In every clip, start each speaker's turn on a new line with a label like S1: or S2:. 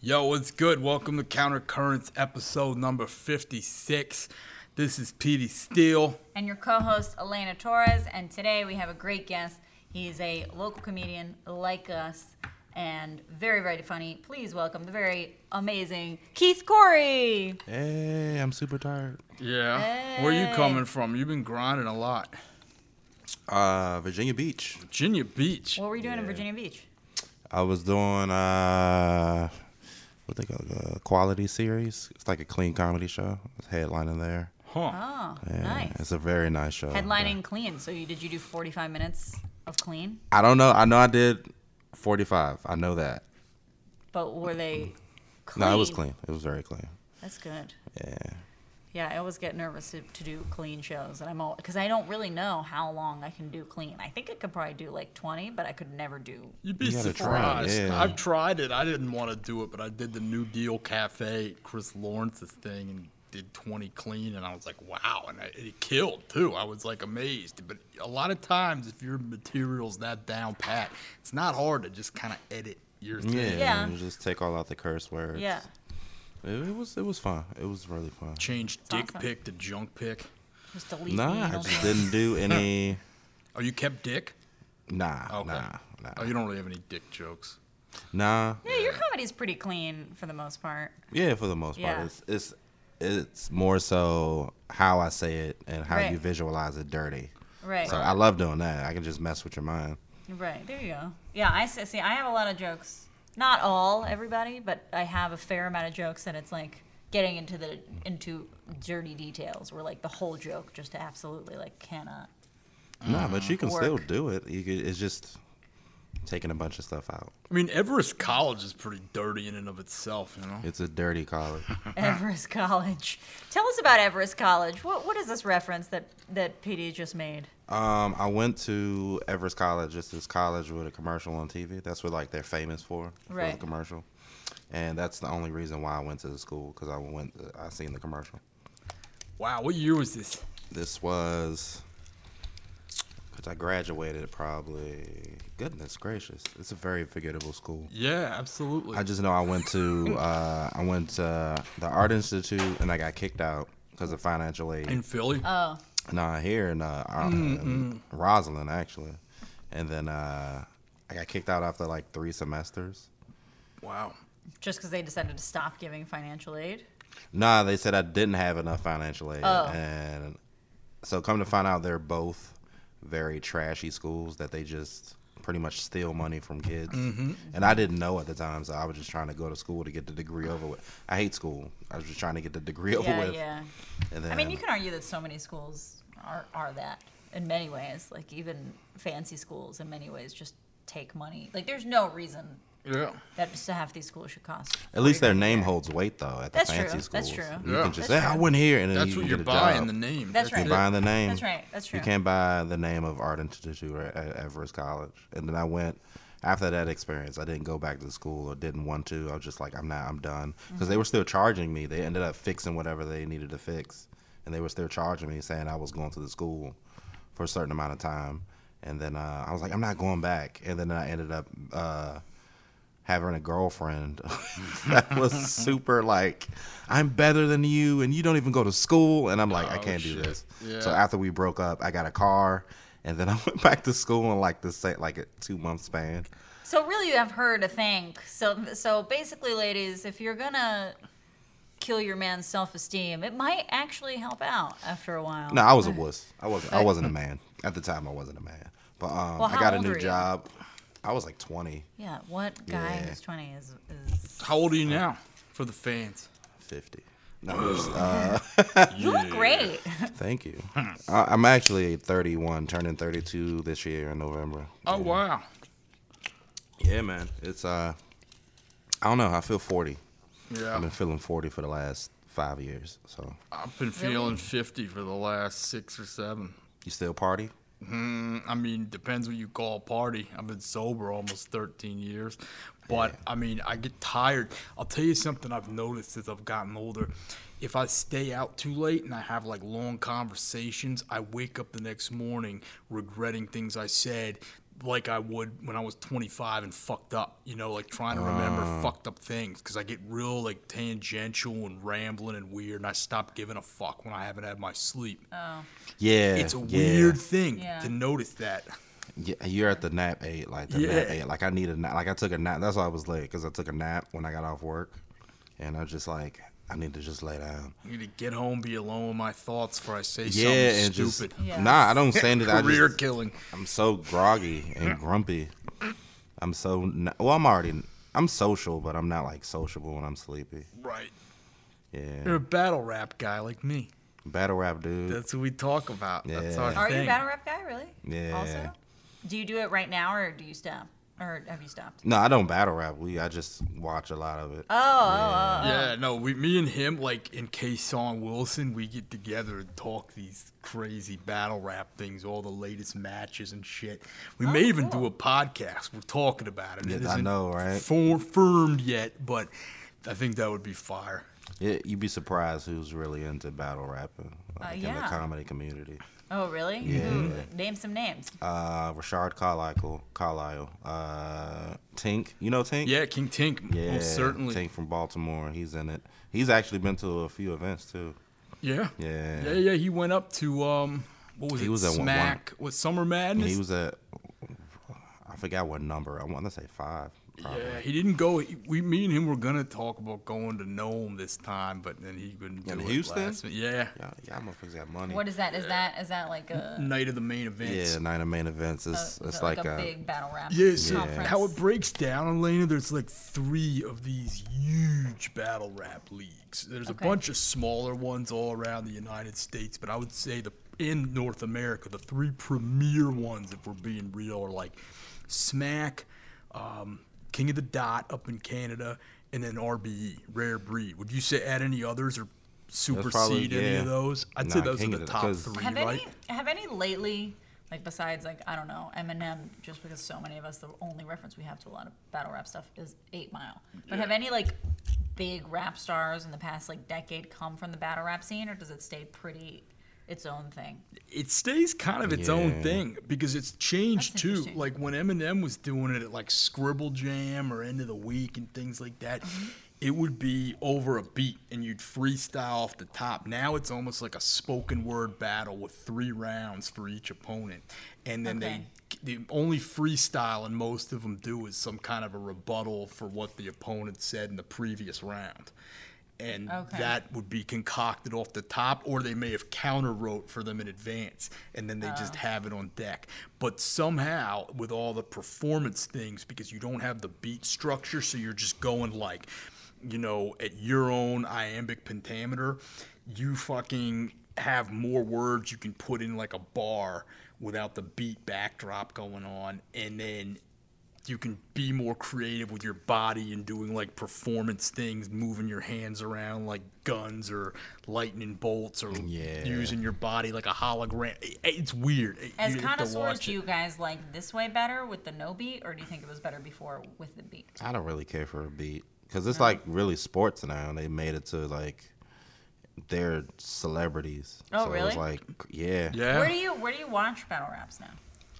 S1: Yo, what's good? Welcome to Counter Currents episode number 56. This is Petey Steele.
S2: and your co-host Elena Torres. And today we have a great guest. He's a local comedian like us, and very very funny. Please welcome the very amazing Keith Corey.
S3: Hey, I'm super tired.
S1: Yeah. Where you
S2: Hey.
S1: coming from? You've been grinding a lot.
S3: Uh, Virginia Beach.
S1: Virginia Beach.
S2: What were you doing in Virginia Beach?
S3: I was doing uh, what they call it, a quality series. It's like a clean comedy show. I was headlining there.
S1: Huh.
S2: Oh,
S3: Yeah,
S2: nice.
S3: It's a very nice show.
S2: Headlining clean. So you, did you do 45 minutes of clean?
S3: I don't know. I know I did 45. I know that.
S2: But were they? Clean?
S3: No, it was clean. It was very clean.
S2: That's good.
S3: Yeah.
S2: Yeah, I always get nervous to, to do clean shows, and I'm all because I don't really know how long I can do clean. I think I could probably do like 20, but I could never do
S1: You'd be
S3: You gotta try it,
S1: surprised.
S3: yeah.
S1: I've tried it. I didn't want to do it, but I did the New Deal Cafe, Chris Lawrence's thing, and did 20 clean, and I was like, wow. And I, it killed, too. I was like amazed. But a lot of times, if your material's that down pat, it's not hard to just kind of edit your thing.
S2: Yeah.
S3: Yeah. You just take all out the curse words.
S2: Yeah.
S3: It, it was. It was fun. It was really fun.
S1: Change dick
S2: awesome.
S1: pic to junk pic.
S2: Just delete
S3: Nah,
S2: the
S3: I
S2: anal
S3: just
S2: joint.
S3: didn't do any.
S1: Oh, you kept dick?
S3: Nah.
S1: Okay.
S3: Nah. Nah.
S1: Oh, you don't really have any dick jokes.
S3: Nah.
S2: Yeah, your comedy's pretty clean for the most part.
S3: Yeah, for the most part,
S2: Yeah.
S3: it's it's it's more so how I say it and how
S2: Right.
S3: you visualize it dirty.
S2: Right.
S3: So I love doing that. I can just mess with your mind.
S2: Right. There you go. Yeah, I s- see. I have a lot of jokes. Not all everybody, but I have a fair amount of jokes that it's like getting into the into dirty details where like the whole joke just absolutely like cannot.
S3: Nah, but you can still
S2: Mm-hmm. Work.
S3: do it. You could, it's just taking a bunch of stuff out.
S1: I mean, Everest College is pretty dirty in and of itself, you know?
S3: It's a dirty college.
S2: Everest College. Tell us about Everest College. What what is this reference that that PD just made?
S3: um, I went to Everest College. It's this college with a commercial on TV. That's what like they're famous for. For
S2: Right.
S3: the commercial. And that's the only reason why I went to the school because I went. I seen the commercial.
S1: Wow, what year was this?
S3: This was because I graduated probably. Goodness gracious, it's a very forgettable school.
S1: Yeah, absolutely.
S3: I just know I went to uh, I went to the Art Institute and I got kicked out because of financial aid.
S1: in Philly?
S2: Oh,
S3: Nah, here in, uh, uh, in Roslyn actually, and then uh, I got kicked out after like three semesters.
S1: wow.
S2: just because they decided to stop giving financial aid.
S3: Nah, they said I didn't have enough financial aid,
S2: Oh.
S3: and so come to find out, they're both very trashy schools that they just pretty much steal money from kids.
S1: Mm-hmm.
S3: And I didn't know at the time, so I was just trying to go to school to get the degree over with. I hate school. I was just trying to get the degree over
S2: Yeah,
S3: with.
S2: yeah.
S3: And then,
S2: I mean, you can argue that so many schools are, are that in many ways. Like, even fancy schools, in many ways, just take money. Like, there's no reason
S1: Yeah.
S2: that just to have these schools should cost.
S3: at least their name holds weight though at the
S2: That's
S3: fancy
S2: true.
S3: schools.
S2: That's true.
S3: You
S1: Yeah.
S3: can just
S2: That's
S3: say I
S2: true.
S3: went here, and then
S1: That's
S3: you
S1: what
S3: can
S1: you're
S3: get a
S1: buying,
S3: job.
S1: the name.
S2: That's
S3: You're
S2: right.
S3: buying the name.
S2: That's right. That's true.
S3: You can't buy the name of Art Institute or- at Everest College. And then I went after that experience. I didn't go back to school or didn't want to. I was just like, I'm not. I'm done because
S1: Mm-hmm.
S3: they were still charging me. They ended up fixing whatever they needed to fix, and they were still charging me, saying I was going to the school for a certain amount of time. And then uh, I was like, I'm not going back. And then I ended up. Uh, having a girlfriend that was super like i'm better than you and you don't even go to school and i'm like i
S1: Oh,
S3: can't do
S1: shit.
S3: this so
S1: Yeah.
S3: after we broke up i got a car and then i went back to school in like the same like a two month span
S2: So really, you have her to thank. So so basically, ladies, if you're gonna kill your man's self-esteem, it might actually help out after a while.
S3: no i was a wuss i wasn't i wasn't a man at the time i wasn't a man but um
S2: Well,
S3: i got
S2: how
S3: a
S2: old
S3: new
S2: were you?
S3: job i was like 20
S2: Yeah. What guy
S3: Yeah.
S2: who's 20 is is?
S1: How old are you now for the fans?
S3: 50 no, I'm just- uh,
S2: You look great.
S3: thank you I, i'm actually 31 turning 32 this year in november
S1: Oh, wow.
S3: Yeah, man. It's uh, I don't know. I feel forty. I've
S1: Yeah.
S3: been feeling forty for the last five years. So
S1: I've been feeling 50 for the last six or seven.
S3: you still party?
S1: I mean, depends what you call a party. I've been sober almost 13 years, but I mean, I get tired. I'll tell you something I've noticed as I've gotten older. If I stay out too late and I have like long conversations, I wake up the next morning regretting things I said, like I would when I was 25 and fucked up, you know, like trying to remember
S3: Ah.
S1: fucked up things because I get real like tangential and rambling and weird, and I stop giving a fuck when I haven't had my sleep.
S3: Yeah,
S1: it's a
S3: yeah.
S1: weird thing
S2: Yeah.
S1: to notice that.
S3: Yeah, you're at the nap eight, like the nap
S1: Yeah.
S3: eight. Like I need a nap. Like I took a nap. That's why I was late because I took a nap when I got off work, and I was just like, I need to just lay down.
S1: I need to get home, be alone with my thoughts before I say
S3: Yeah, and
S1: something stupid.
S3: just
S2: Yeah.
S3: nah. I don't say anything. I
S1: Career
S3: just,
S1: killing.
S3: I'm so groggy and grumpy. I'm so n well. I'm already. I'm social, but I'm not like sociable when I'm sleepy.
S1: Right. You're
S3: Yeah,
S1: a battle rap guy like me.
S3: battle rap dude.
S1: That's what we talk about. That's
S3: Yeah.
S1: our
S2: Are you
S1: thing.
S2: a battle rap guy, really?
S3: Yeah.
S2: Also, do you do it right now, or do you stop, or have you stopped?
S3: no, I don't battle rap. We I just watch a lot of it.
S2: Oh, oh, oh, oh.
S1: Yeah, no, we, me and him, like in Kason Wilson, we get together and talk these crazy battle rap things, all the latest matches and shit. We may even do
S2: Oh, cool.
S1: a podcast. We're talking about it. it
S3: Yeah, I
S1: isn't
S3: know, right?
S1: for- firmed yet, but I think that would be fire.
S3: Yeah, you'd be surprised who's really into battle rapping like, in the
S2: yeah.
S3: comedy community.
S2: Oh, really?
S3: Yeah.
S2: Who- Name some names.
S3: Uh, Rashard Carlisle, Carlisle, uh, Tink. You know Tink?
S1: Yeah, King Tink,
S3: yeah,
S1: most certainly.
S3: Tink from Baltimore. He's in it. He's actually been to a few events too.
S1: Yeah.
S3: Yeah.
S1: yeah, yeah. He went up to um, what was
S3: He
S1: it?
S3: was at one- one-
S1: Smack with Summer
S3: And
S1: Madness.
S3: he was at. I forgot what number. I want to say five. Probably.
S1: yeah, he didn't go. he- We, me and him, were gonna talk about going to Nome this time, but then he couldn't do
S3: In
S1: it
S3: Houston?
S1: last minute. Yeah,
S3: Y'all, y'all motherfuckers got money.
S2: What is that? Is that is that like a,
S1: night of the main events.
S3: yeah, nine of main events.
S2: a-
S3: It's
S2: is
S3: it's
S2: it Oh, like,
S3: like,
S2: a,
S3: a,
S2: big battle rap
S1: Yeah, so
S2: conference?
S1: how it breaks down, Elena, there's like three of these huge battle rap leagues. There's
S2: Okay.
S1: a bunch of smaller ones all around the United States, but I would say the in North America, the three premier ones, if we're being real, are like Smack, um, King of the Dot up in Canada, and then RBE, Rare Breed. Would you say add any others or supersede
S3: probably-
S1: any
S3: yeah.
S1: of those? I'd say
S3: Nah,
S1: those
S3: King
S1: are
S3: of
S1: the
S3: the-
S1: top
S3: 'cause-
S1: three,
S2: Have
S1: right?
S2: any have any lately, like besides like I don't know Eminem, just because so many of us the only reference we have to a lot of battle rap stuff is Eight Mile. But have any like big rap stars in the past like decade come from the battle rap scene, or does it stay pretty its own thing?
S1: it stays kind of its own
S3: Yeah.
S1: thing because it's changed
S2: That's
S1: too.
S2: interesting.
S1: Like when Eminem was doing it at like Scribble Jam or End of the Week and things like that,
S2: Mm-hmm.
S1: it would be over a beat and you'd freestyle off the top. Now it's almost like a spoken word battle with three rounds for each opponent, and then
S2: Okay.
S1: they the only freestyle and most of them do is some kind of a rebuttal for what the opponent said in the previous round. And
S2: Okay.
S1: that would be concocted off the top, or they may have counter wrote for them in advance, and then they just have it on deck. But somehow, with all the performance things, because you don't have the beat structure, so you're just going like, you know, at your own iambic pentameter, you fucking have more words you can put in like a bar without the beat backdrop going on, and then you can be more creative with your body and doing like performance things, moving your hands around like guns or lightning bolts or
S3: Yeah.
S1: using your body like a hologram. I- I- It's weird. I-
S2: As
S1: you have to
S2: connoisseurs,
S1: watch
S2: do
S1: it.
S2: you guys like this way better with the no beat, or do you think it was better before with the beat?
S3: I don't really care for a beat because
S2: Oh.
S3: it's like really sports now, and they made it to like they're celebrities.
S2: Oh,
S3: It was
S2: really?
S3: like yeah,
S1: Yeah.
S2: Where do you where do you watch battle raps now?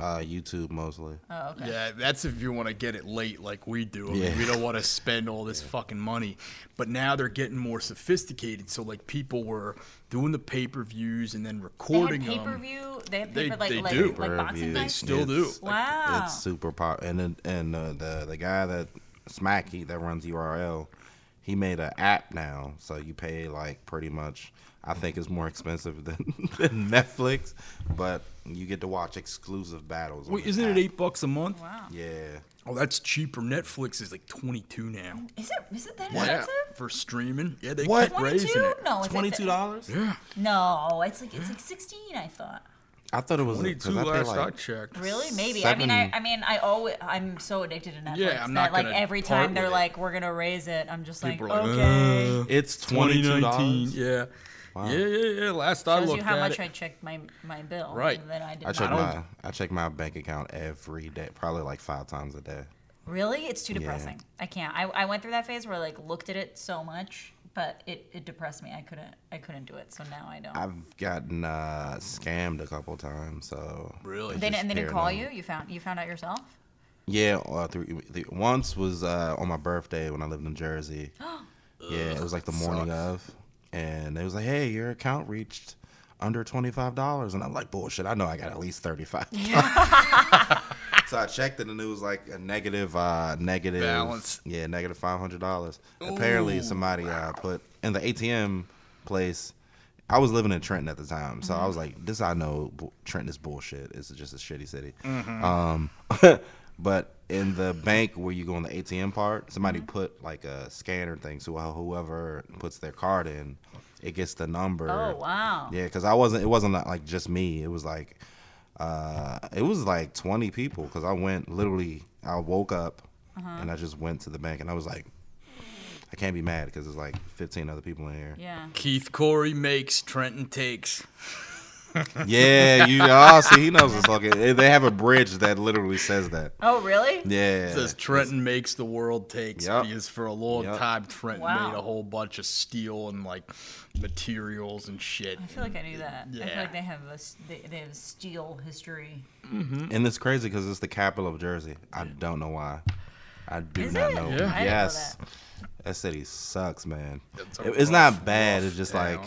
S3: Uh, YouTube mostly.
S2: Oh, okay.
S1: Yeah, that's if you want to get it late like we do. I mean,
S3: Yeah.
S1: we don't want to spend all this fucking money. But now they're getting more sophisticated. So like people were doing the pay per views and then recording
S2: they had pay per
S1: them.
S2: view. They had
S1: They-
S2: paper like
S1: they
S2: like,
S1: do.
S2: like boxing
S3: Pay-per-view.
S1: They
S2: nights.
S1: still do.
S3: It's-
S2: Wow.
S3: It's super pop, and then- and uh, the the guy that Smack he, that runs URL, he made an app now, so you pay like pretty much. I think it's more expensive than, than Netflix, but you get to watch exclusive battles. on
S1: Wait,
S3: this
S1: isn't it
S3: app.
S1: eight bucks a month?
S2: Wow.
S3: Yeah,
S1: Oh, that's cheaper. Netflix is like twenty two now.
S2: Is it is it that
S1: Yeah,
S2: expensive?
S1: for streaming. Yeah, they
S3: What?
S1: kept raising
S2: 22?
S1: it.
S2: No, it's like
S3: twenty two dollars.
S1: Yeah,
S2: the- No, it's like it's like 16. I thought.
S3: I thought it was
S1: 22
S3: because I pay
S1: last I
S3: like
S1: checked.
S2: Really? Maybe. I mean, I,
S3: Seven.
S2: I mean, I always I'm so addicted to Netflix
S1: Yeah, I'm
S2: that
S1: not
S2: like
S1: gonna
S2: every
S1: part
S2: time they're
S1: with it.
S2: like, we're gonna raise it. I'm just like,
S1: People are like,
S2: okay.
S1: "Uh,
S3: it's twenty two
S1: 2019.
S3: dollars.
S1: Yeah. Yeah, yeah, yeah. Last I
S2: Shows
S1: looked
S2: you how
S1: at
S2: much
S1: it.
S2: I checked my my bill.
S1: Right.
S2: And then I did.
S3: I check
S2: not.
S3: my I check my bank account every day, probably like five times a day.
S2: Really? It's too depressing. I can't. I, I went through that phase where I like looked at it so much but it, it depressed me. I couldn't I couldn't do it, so now I don't.
S3: I've gotten uh, scammed a couple times, so
S1: Really?
S2: they
S3: just
S2: didn't, and they didn't call you.
S3: paranoid.
S2: You found you found out yourself.
S3: yeah. Uh, through, the, once was uh, on my birthday when I lived in Jersey. yeah, it was like the morning of, and they was like, "Hey, your account reached under twenty five dollars," and I'm like, "Bullshit! I know I got at least thirty five. so I checked it, and it was like a negative, uh, negative
S1: Balance.
S3: Yeah, negative five hundred dollars. Apparently, somebody uh, put in the ATM place. I was living in Trenton at the time, so I was like, "This I know. bu- Trenton is bullshit. It's just a shitty city." Um, but in the bank where you go on the ATM part, somebody
S2: Mm-hmm.
S3: put like a scanner thing. So wh- whoever puts their card in, it gets the number.
S2: Oh wow.
S3: Yeah, because I wasn't. It wasn't uh, like just me. It was like, uh, it was like twenty people. Because I went literally. I woke up
S2: Uh-huh.
S3: and I just went to the bank and I was like, I can't be mad because there's like fifteen other people in here.
S2: Yeah.
S1: Keith Corey makes, Trenton takes.
S3: Yeah, you oh, see, he knows it's fucking. They have a bridge that literally says that.
S2: Oh really?
S3: Yeah.
S1: It says Trenton makes the world takes
S3: Yup.
S1: because for a long
S3: Yup.
S1: time Trenton
S2: Wow.
S1: made a whole bunch of steel and like materials and shit.
S2: I feel like I knew that. I feel
S1: Yeah.
S2: like they have a s- they, they have steel history.
S3: And it's crazy because it's the capital of Jersey. I don't know why. I do
S2: Is
S3: not
S2: it?
S1: Yeah. I
S3: know.
S1: didn't
S2: know
S3: Yes. That city sucks, man.
S1: It's a
S3: It- it's
S1: rough,
S3: not bad.
S1: rough
S3: It's just
S1: town.
S3: like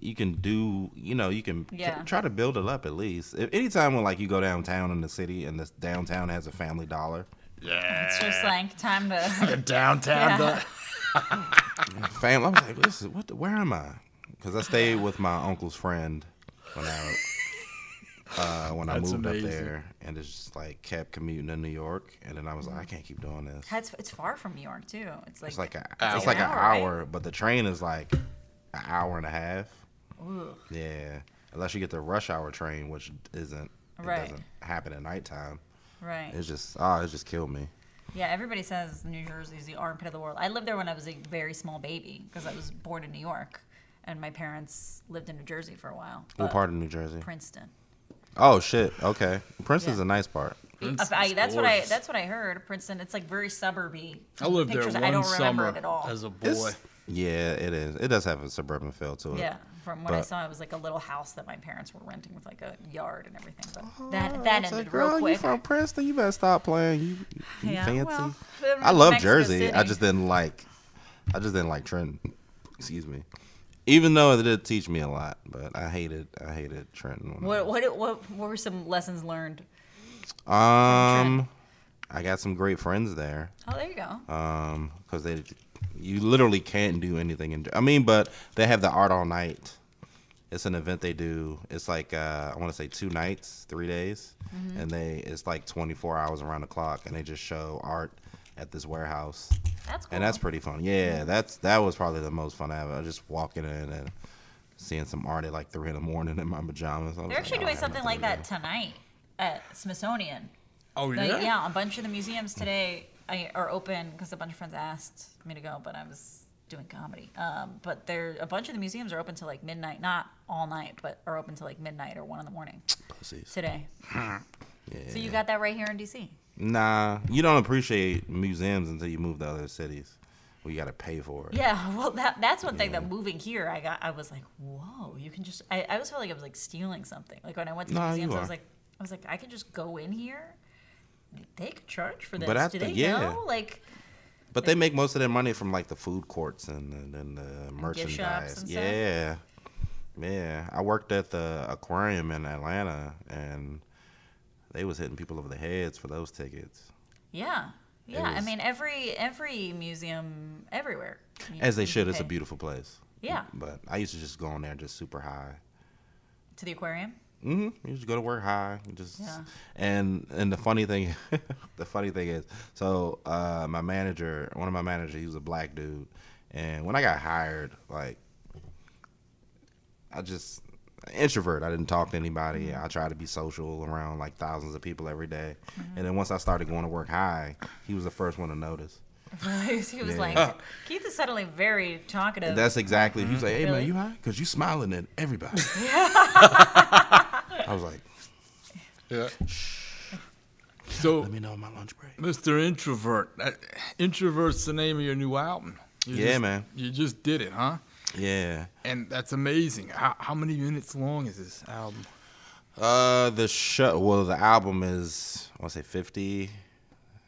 S3: you can do. You know, you can
S2: Yeah.
S3: try to build it up at least. If, anytime when like you go downtown in the city and this downtown has a Family Dollar,
S1: yeah,
S2: It's just like time to.
S1: the downtown.
S2: Yeah.
S1: the-
S3: fam, I was like, this is what? The, where am I? Because I stayed with my uncle's friend when I uh, when I
S1: That's
S3: moved
S1: amazing.
S3: up there, and it's just like kept commuting to New York, and then I was like, I can't keep doing this.
S2: It's, it's far from New York too. It's like.
S3: It's like a,
S1: Hour.
S3: it's like an
S2: Hour, right?
S3: hour, but the train is like an hour and a half.
S2: Ugh.
S3: Yeah, unless you get the rush hour train, which isn't it
S2: Right.
S3: doesn't happen at nighttime.
S2: Right.
S3: It's just oh, it just killed me.
S2: Yeah, everybody says New Jersey is the armpit of the world. I lived there when I was a very small baby because I was born in New York, and my parents lived in New Jersey for a while.
S3: What
S2: but
S3: part of New Jersey?
S2: Princeton.
S3: Oh shit. Okay, Princeton's
S2: Yeah.
S3: a nice part.
S1: Princeton's
S2: I, that's what I.
S1: gorgeous.
S2: That's what I heard. Princeton. It's like very suburby.
S1: I lived
S2: Pictures,
S1: there
S2: I
S1: one
S2: don't remember
S1: summer
S2: it at all.
S1: as a
S3: It's-
S1: boy.
S3: yeah, it is. It does have a suburban feel to it.
S2: yeah, from what I
S3: but-
S2: saw, it was like a little house that my parents were renting with like a yard and everything. But
S3: Oh,
S2: that that ended real
S3: you
S2: quick.
S3: from Princeton? You better stop playing. You, you
S2: Yeah,
S3: fancy.
S2: well,
S3: I love
S2: Mexico
S3: Jersey. I
S2: City.
S3: just didn't like. I just didn't like Trenton. Excuse me. Even though it did teach me a lot, but I hated. I hated Trenton. when I-
S2: What, what what what were some lessons learned?
S3: um, I got some great friends there.
S2: Oh, there you go.
S3: Um, because they, you literally can't do anything. In, I mean, but they have the art all night. It's an event they do. It's like uh, I want to say two nights, three days,
S2: Mm-hmm.
S3: and they it's like 24 hours around the clock, and they just show art at this warehouse,
S2: That's cool.
S3: and that's pretty fun. Yeah, that's that was probably the most fun I ever. Just walking in and seeing some art at like three in the morning in my pajamas. I was
S2: They're actually
S3: like, "Oh, I
S2: doing
S3: have
S2: something like
S3: nothing to
S2: that
S3: do."
S2: tonight at Smithsonian.
S1: Oh
S2: Like,
S1: yeah,
S2: yeah. a bunch of the museums today I, are open because a bunch of friends asked me to go, but I was doing comedy. Um, but there, a bunch of the museums are open till like midnight, not all night, but are open till like midnight or one in the morning
S3: Pussies.
S2: today.
S3: Yeah.
S2: So you got that right here in DC.
S3: Nah, you don't appreciate museums until you move to other cities. Well, you got to pay for it.
S2: Yeah, well, that that's one thing that moving here, I got, I was like, whoa, you can just. I, I always felt like I was like stealing something. Like when I went to the
S3: Nah, you
S2: museums, I was
S3: are.
S2: like, I was like, I could just go in here. They could charge for this.
S3: But I
S2: Do they
S3: think- yeah.
S2: know? Like,
S3: But they make most of their money from like the food courts and and, and the merchandise.
S2: and stuff?
S3: yeah, yeah. I worked at the aquarium in Atlanta, and they was hitting people over the heads for those tickets,
S2: Yeah. Yeah, I
S3: was-
S2: mean every every museum everywhere. you-
S3: as they
S2: you
S3: should.
S2: can
S3: It's a
S2: pay.
S3: beautiful place.
S2: Yeah,
S3: But I used to just go in there just super high.
S2: to the aquarium.
S3: hmm You just go to work high. You just
S2: Yeah.
S3: and and the funny thing, the funny thing is, so uh, my manager, one of my managers, he was a black dude, and when I got hired, like, I just introvert. I didn't talk to anybody.
S2: Mm-hmm.
S3: I tried to be social around like thousands of people every day.
S2: Mm-hmm.
S3: and then once I started going to work high, he was the first one to notice.
S2: he was
S3: Yeah.
S2: like, Keith is suddenly very talkative.
S3: That's exactly. He was like, "Hey
S2: Mm-hmm. Really?
S3: man, you high? Cause you smiling at everybody." I was like,
S1: yeah. So,
S3: "Let me know on my lunch break."
S1: Mr. Introvert, uh, introvert's the name of your new album. You
S3: Yeah,
S1: just-
S3: man.
S1: You just did it, huh?
S3: Yeah.
S1: And that's amazing. How, how many minutes long is this album?
S3: Uh, the show. Well, the album is I want to say fifty.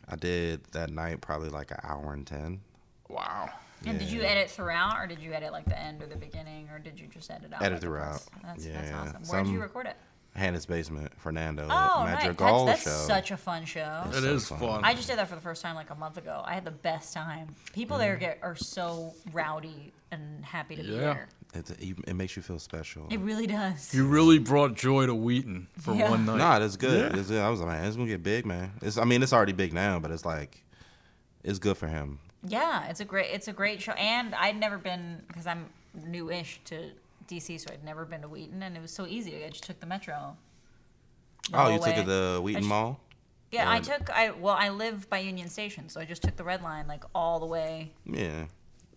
S3: I did that night probably like an hour and ten.
S1: Wow.
S2: And did you edit throughout, or did you edit like the end or the beginning, or did you just edit out?
S3: Edit
S2: like, the
S3: throughout.
S2: parts? That's, that's
S3: Yeah,
S2: awesome. Where did
S3: some-
S2: you record it?
S3: Hannah's basement, Fernando
S2: Oh, right.
S3: Madrigal
S2: That's, that's
S3: show.
S2: such a fun show.
S1: It
S3: so
S1: is
S3: fun.
S1: fun.
S2: I just did that for the first time like a month ago. I had the best time. People there get are so rowdy and happy to be
S1: Yeah.
S2: there.
S3: it, it, it makes you feel special.
S2: It really does.
S1: you really brought joy to Wheaton for
S2: Yeah.
S1: one night.
S3: Nah, that's good.
S1: Yeah.
S3: It's good. I was like, man, it's gonna get big, man. It's I mean, it's already big now, but it's like, it's good for him.
S2: Yeah, it's a great it's a great show. And I'd never been because I'm new-ish to DC, so I'd never been to Wheaton, and it was so easy. I just took the metro. the
S3: oh,
S2: whole
S3: you took it
S2: way.
S3: to the uh,
S2: I
S3: Wheaton
S2: sh-
S3: Mall.
S2: Yeah, I
S3: Or-
S2: took I well I live by Union Station, so I just took the red line like all the way
S3: Yeah,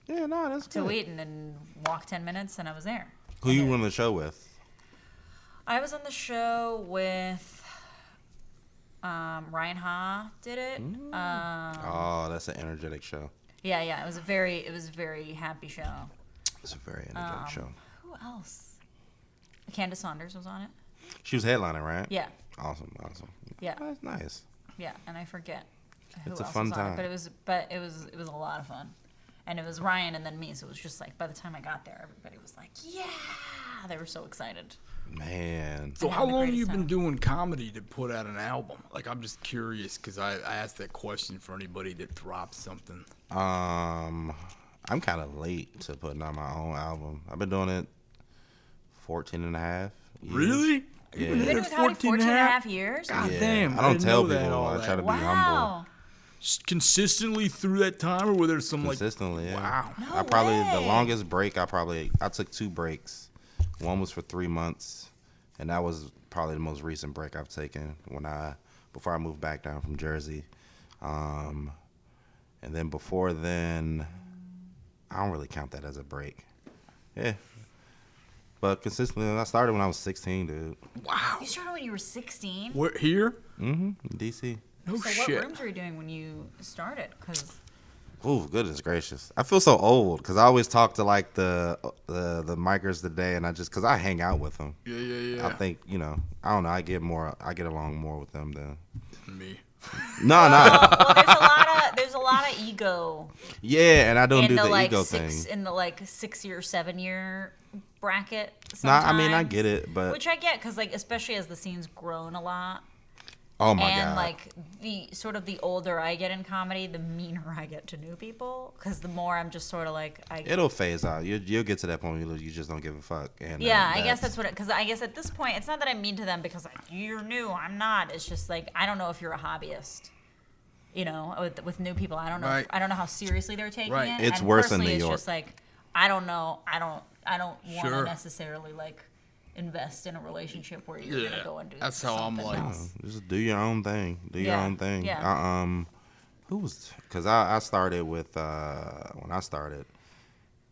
S3: yeah. No, that's
S2: to
S3: good.
S2: Wheaton and walked ten minutes, and I was there.
S3: Who you run the show with?
S2: I was on the show with um, Ryan Ha did it.
S3: Mm.
S2: Um,
S3: Oh, that's an energetic show.
S2: yeah, yeah, it was a very it was a very happy show.
S3: It's a very energetic
S2: um,
S3: show.
S2: Who else? Candace Saunders was on it.
S3: She was headlining, right?
S2: Yeah,
S3: Awesome, awesome.
S2: Yeah.
S3: that's nice.
S2: yeah, and I forget who
S3: It's a
S2: else
S3: fun
S2: was on
S3: time.
S2: it, but it was but it was it was a lot of fun. And it was Ryan and then me, so it was just like by the time I got there, everybody was like, "Yeah!" They were so excited.
S3: Man,
S1: So
S2: I
S1: how
S2: had the
S1: long
S2: greatest
S1: you been
S2: time.
S1: doing comedy to put out an album? Like I'm just curious because I, I asked that question for anybody that drops something.
S3: Mm-hmm. um, I'm kind of late to putting out my own album. I've been doing it 14 and a half. years.
S1: Really?
S3: Yeah.
S1: You've
S2: You've
S1: been
S2: been
S1: at
S2: with comedy 14 and a half years.
S1: God
S3: Yeah,
S1: damn!
S3: I don't
S1: didn't
S3: tell
S1: know that
S3: people,
S1: all
S3: I try
S1: that.
S3: to be humble.
S2: Wow.
S1: S- consistently through that time, or were there some like
S3: consistently. yeah.
S1: wow?
S2: No
S3: I probably the
S2: way.
S3: longest break I probably I took two breaks. One was for three months, and that was probably the most recent break I've taken when I before I moved back down from Jersey. Um, and then before then, I don't really count that as a break. Yeah. But consistently, I started when I was 16, dude.
S1: Wow!
S2: You started when you were 16.
S3: Oh,
S1: We're here?
S3: Mm-hmm. DC.
S1: No
S2: so
S1: shit.
S2: what rooms were you doing when you started? Because
S3: Oh goodness gracious! I feel so old because I always talk to like the the the micers today, and I just because I hang out with them.
S1: Yeah, yeah, yeah.
S3: I think you know. I don't know. I get more. I get along more with them than.
S1: me.
S3: No, no.
S2: well, there's a lot of there's a lot of ego
S3: Yeah, and I don't
S2: in
S3: do
S2: the,
S3: the
S2: like
S3: ego
S2: six
S3: thing.
S2: in the like six year seven year bracket.
S3: No, I mean I
S2: sometimes.
S3: get it, but
S2: Which I get because like especially as the scene's grown a lot
S3: oh my
S2: and
S3: god,
S2: like the sort of the older I get in comedy, the meaner I get to new people because the more I'm just sort of like I
S3: it'll phase out. You you'll get to that point where you you just don't give a fuck. And uh,
S2: Yeah, I guess that's what. Because I guess at this point, it's not that I'm mean to them because like you're new, I'm not. It's just like I don't know if you're a hobbyist. You know, with, with new people, I don't know. if-
S1: Right.
S2: I don't know how seriously they're taking
S1: Right.
S2: it.
S3: It's
S2: And
S3: worse in
S2: personally,
S3: New
S2: It's just like I don't know. I don't. I don't want
S1: Sure.
S2: to necessarily like invest in a relationship where you're
S1: Yeah,
S2: gonna go and do.
S1: that's how I'm
S2: something
S1: like.
S2: else.
S3: Just do your own thing. Do your
S2: Yeah,
S3: own thing.
S2: yeah.
S3: I, um, who was? Because I, I started with uh when I started,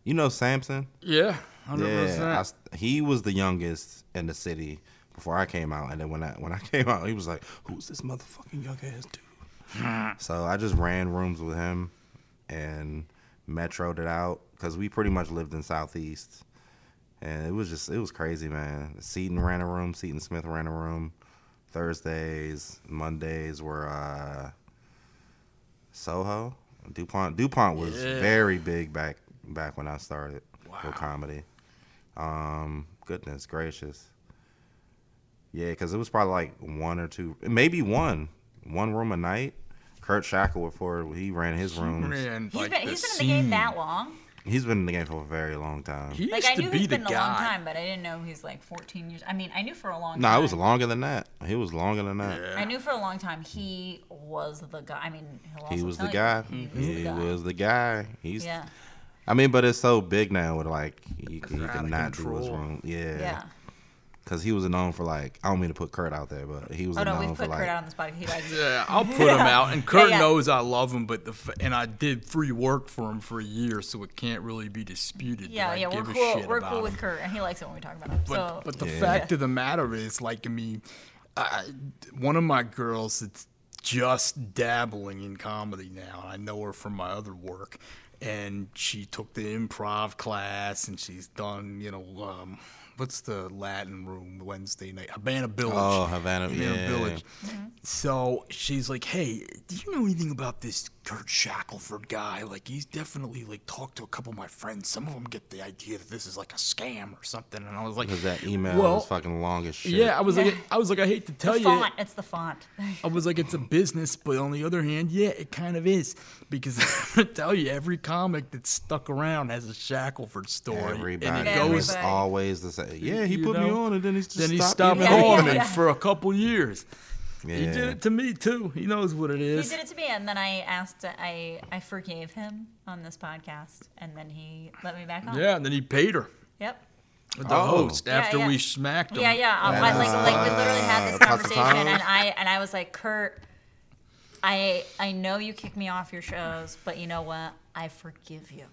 S3: you know Samson.
S1: Yeah, hundred
S3: Yeah, I
S1: percent.
S3: st- he was the youngest in the city before I came out, and then when I when I came out, he was like, "Who's this motherfucking young ass dude?" so I just ran rooms with him and metroed it out because we pretty much lived in Southeast, and it was just it was crazy, man. Seton ran a room, Seton Smith ran a room. Thursdays, Mondays were uh, Soho, Dupont. Dupont was
S1: Yeah.
S3: very big back back when I started
S1: Wow.
S3: with comedy. Um, goodness gracious. Yeah, because it was probably like one or two, maybe one, one room a night. Kurt Shackle before he ran his rooms.
S1: Man,
S2: He's
S1: like
S2: been,
S1: the
S2: he's been in
S1: scene.
S2: the game that long.
S3: He's been in the game for a very long time.
S1: He
S2: Like
S1: used
S2: I knew
S1: to be
S2: he's
S1: the
S2: been a long
S1: guy.
S2: time, but I didn't know he's like 14 years. I mean, I knew for a long
S3: no,
S2: time.
S3: it was longer than that. He was longer than that.
S1: Yeah.
S2: I knew for a long time he was the guy. I mean, he'll also
S3: He was the
S2: tell you,
S3: guy.
S2: He
S1: Mm-hmm.
S2: was the
S3: He
S2: guy.
S3: was the guy. He's.
S2: yeah,
S3: I mean, but it's so big now with like you, you
S1: It's out of
S3: cannot do what's
S1: control.
S3: wrong. Yeah.
S2: yeah.
S3: Because he was known for like I don't mean to put Kurt out there, but he was
S2: Oh no,
S3: known
S2: we've
S3: for
S2: put Kurt
S3: like
S2: out on the spot. He likes
S1: Yeah, I'll put him out. And Kurt
S2: yeah.
S1: knows I love him, but the f- and I did free work for him for a year, so it can't really be disputed.
S2: Yeah,
S1: that
S2: yeah,
S1: I
S2: we're
S1: give a
S2: cool.
S1: shit
S2: We're
S1: about
S2: cool
S1: him.
S2: with Kurt, and he likes it when we talk about him.
S1: But
S2: so
S1: but the
S3: Yeah.
S1: fact of the matter is, like, I mean, I, one of my girls that's just dabbling in comedy now, and I know her from my other work, and she took the improv class and she's done you know um, what's the Latin room Wednesday night Havana Village
S3: Oh, Havana- yeah.
S1: so she's like hey do you know anything about this Kurt Shackelford guy like he's definitely like talked to a couple of my friends some of them get the idea that this is like a scam or something and I was like
S3: Because that email
S1: well,
S3: was fucking long as shit.
S1: yeah I was like I was like I hate to tell
S2: The
S1: you
S2: font. It's the font.
S1: I was like, it's a business, but on the other hand, yeah, it kind of is. Because I tell you, every comic that's stuck around has a Shackleford story. And
S3: Everybody
S1: it
S2: Yeah,
S1: goes,
S3: was
S2: Everybody.
S3: always the same. Yeah, he
S1: You
S3: put me
S1: know?
S3: on, and then he just
S1: then he
S3: stopped
S1: stopped
S2: Yeah, yeah,
S1: calling me
S2: yeah.
S1: for a couple years.
S3: Yeah.
S1: He did it to me, too. He knows what it
S2: He
S1: is.
S2: did it to me, and then I asked. I I forgave him on this podcast, and then he let me back on.
S1: Yeah, and then he paid her,
S2: Yep.
S1: the
S3: Oh.
S1: host,
S2: Yeah,
S1: after
S2: yeah.
S1: we smacked him.
S2: Yeah, yeah. Um, I- like, like we literally had this
S3: Ah, Papa
S2: conversation,
S3: Tom.
S2: and I and I was like, Kurt, I I know you kick me off your shows, but you know what? I forgive you.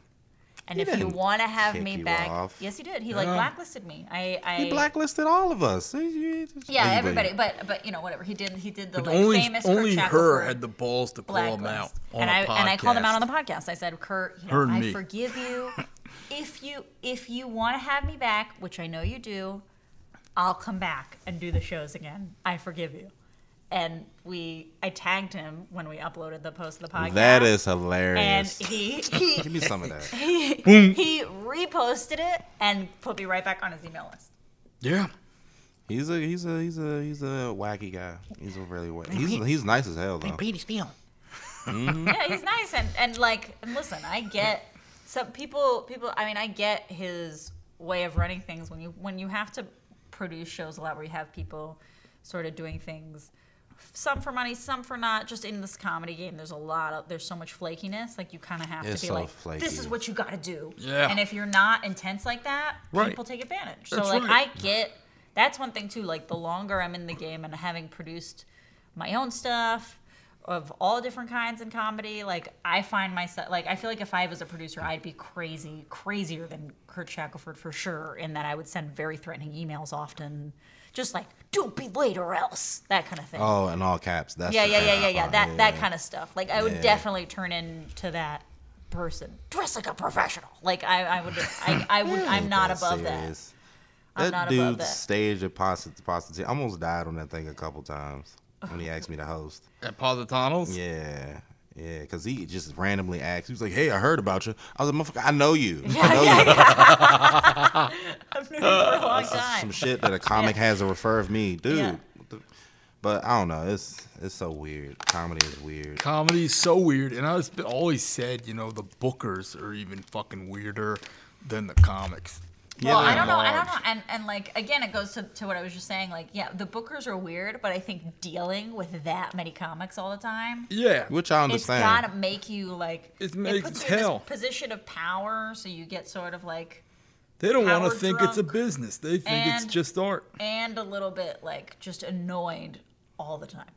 S2: And
S3: He
S2: if you
S3: didn't
S2: want to have
S3: kick
S2: me
S3: you
S2: back,
S3: off.
S2: yes, he did. He like
S1: Yeah.
S2: blacklisted me. I, I
S3: He blacklisted all of us. He- he-
S2: yeah,
S3: Anybody.
S2: everybody. But but you know whatever he did, he did the
S1: But
S2: like,
S1: only,
S2: famous Kurt
S1: only her
S2: Shackelford
S1: had the balls to call him out
S2: blacklist.
S1: on
S2: and
S1: a
S2: I
S1: podcast.
S2: and I called him out on the podcast. I said, Kurt, you know,
S1: Her and
S2: I
S1: me.
S2: forgive you. if you if you want to have me back, which I know you do, I'll come back and do the shows again. I forgive you. And we I tagged him when we uploaded the post of the podcast.
S3: That is
S2: and
S3: hilarious.
S2: he he,
S3: Give me some of that.
S2: he he reposted it and put me right back on his email list.
S1: Yeah.
S3: He's a he's a he's a he's a wacky guy. He's a really wacky. He's he's nice as hell though.
S4: Brady Spiel.
S2: yeah, he's nice and and like and listen, I get some people people I mean, I get his way of running things when you when you have to produce shows a lot where you have people sort of doing things some for money, some for not. Just in this comedy game, there's a lot of there's so much flakiness. Like you kind of have
S3: It's
S2: to be
S3: so
S2: like,
S3: flaky.
S2: this is what you got to do.
S1: Yeah.
S2: And if you're not intense like that,
S1: Right.
S2: people take advantage.
S1: That's
S2: so like
S1: right.
S2: I get that's one thing too. Like the longer I'm in the game and having produced my own stuff of all different kinds in comedy, like I find myself like I feel like if I was a producer, I'd be crazy, crazier than Kurt Shackelford for sure. In that I would send very threatening emails often, just like "Don't be late or else" that kind of thing.
S3: Oh, in all caps. That's
S2: yeah,
S3: the Oh,
S2: yeah,
S3: thing
S2: yeah,
S3: I
S2: yeah, yeah.
S3: find.
S2: That that kind of stuff. Like I would
S3: Yeah.
S2: definitely turn into that person. Dress like a professional. Like I, I would, I, I would. I'm
S3: Ain't
S2: not
S3: that
S2: above that.
S3: serious.
S2: I'm
S3: that
S2: not
S3: dude
S2: above that.
S3: staged a prostitute. prostitute. I almost died on that thing a couple times when he asked me to host.
S1: At Positano's?
S3: Yeah. Yeah, because he just randomly asked. He was like, hey, I heard about you. I was like, motherfucker, I know you. I know you.
S2: I've known him for a long
S3: Some
S2: time.
S3: shit that a comic has to refer of me. Dude.
S2: Yeah.
S3: what the- But I don't know. It's it's so weird. Comedy is weird.
S1: comedy is so weird and i was always said you know the bookers are even fucking weirder than the comics
S2: Well, I don't know. I
S1: Large.
S2: don't know. And and like again, it goes to, to what I was just saying. Like yeah, the bookers are weird, but I think dealing with that many comics all the time.
S1: yeah
S3: Which I
S2: It's
S3: understand.
S2: gotta make you like
S1: It makes
S2: puts
S1: it
S2: you in
S1: hell.
S2: this position of power, so you get sort of like
S1: they don't want
S2: power
S1: to think it's a
S2: drunk
S1: business they think it's
S2: and-
S1: just art
S2: and a little bit like just annoyed all the time.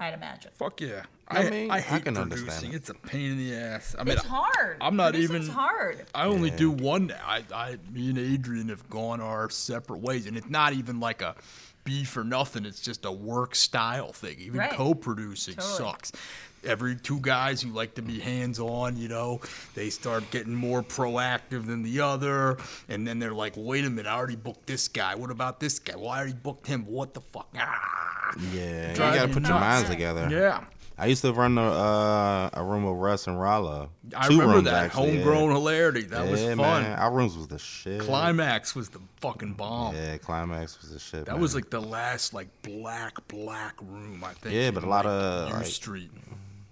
S2: I'd imagine
S1: fuck yeah
S3: I
S1: i,
S3: mean,
S1: I
S3: I
S1: hate
S3: can understand
S1: producing
S3: it.
S1: it's a pain in the ass i mean
S2: it's hard.
S1: I'm not
S2: Producing's
S1: even-
S2: hard.
S1: I only do one now. I, I, me and Adrian have gone our separate ways, and it's not even like a beef or nothing. It's just a work style thing. Even
S2: Right.
S1: co-producing
S2: Totally.
S1: sucks. Every two guys who like to be hands-on, you know, they start getting more proactive than the other, and then they're like, "Wait a minute, I already booked this guy. What about this guy? Well, I already booked him. What the fuck?" Ah.
S3: Yeah. You
S1: Drive
S3: got to
S1: you
S3: put your
S1: nuts.
S3: minds together.
S1: Yeah,
S3: I used to run a, uh, a room with Russ and Rala.
S1: I
S3: Two
S1: remember
S3: rooms,
S1: that
S3: actually, yeah.
S1: homegrown hilarity. That was
S3: Yeah,
S1: fun.
S3: Man. Our rooms was the shit.
S1: Climax was the fucking bomb.
S3: Yeah, climax was the shit.
S1: That
S3: man.
S1: was like the last like black black room I think.
S3: Yeah, but
S1: in,
S3: a lot
S1: like,
S3: of,
S1: U
S3: like-
S1: Street.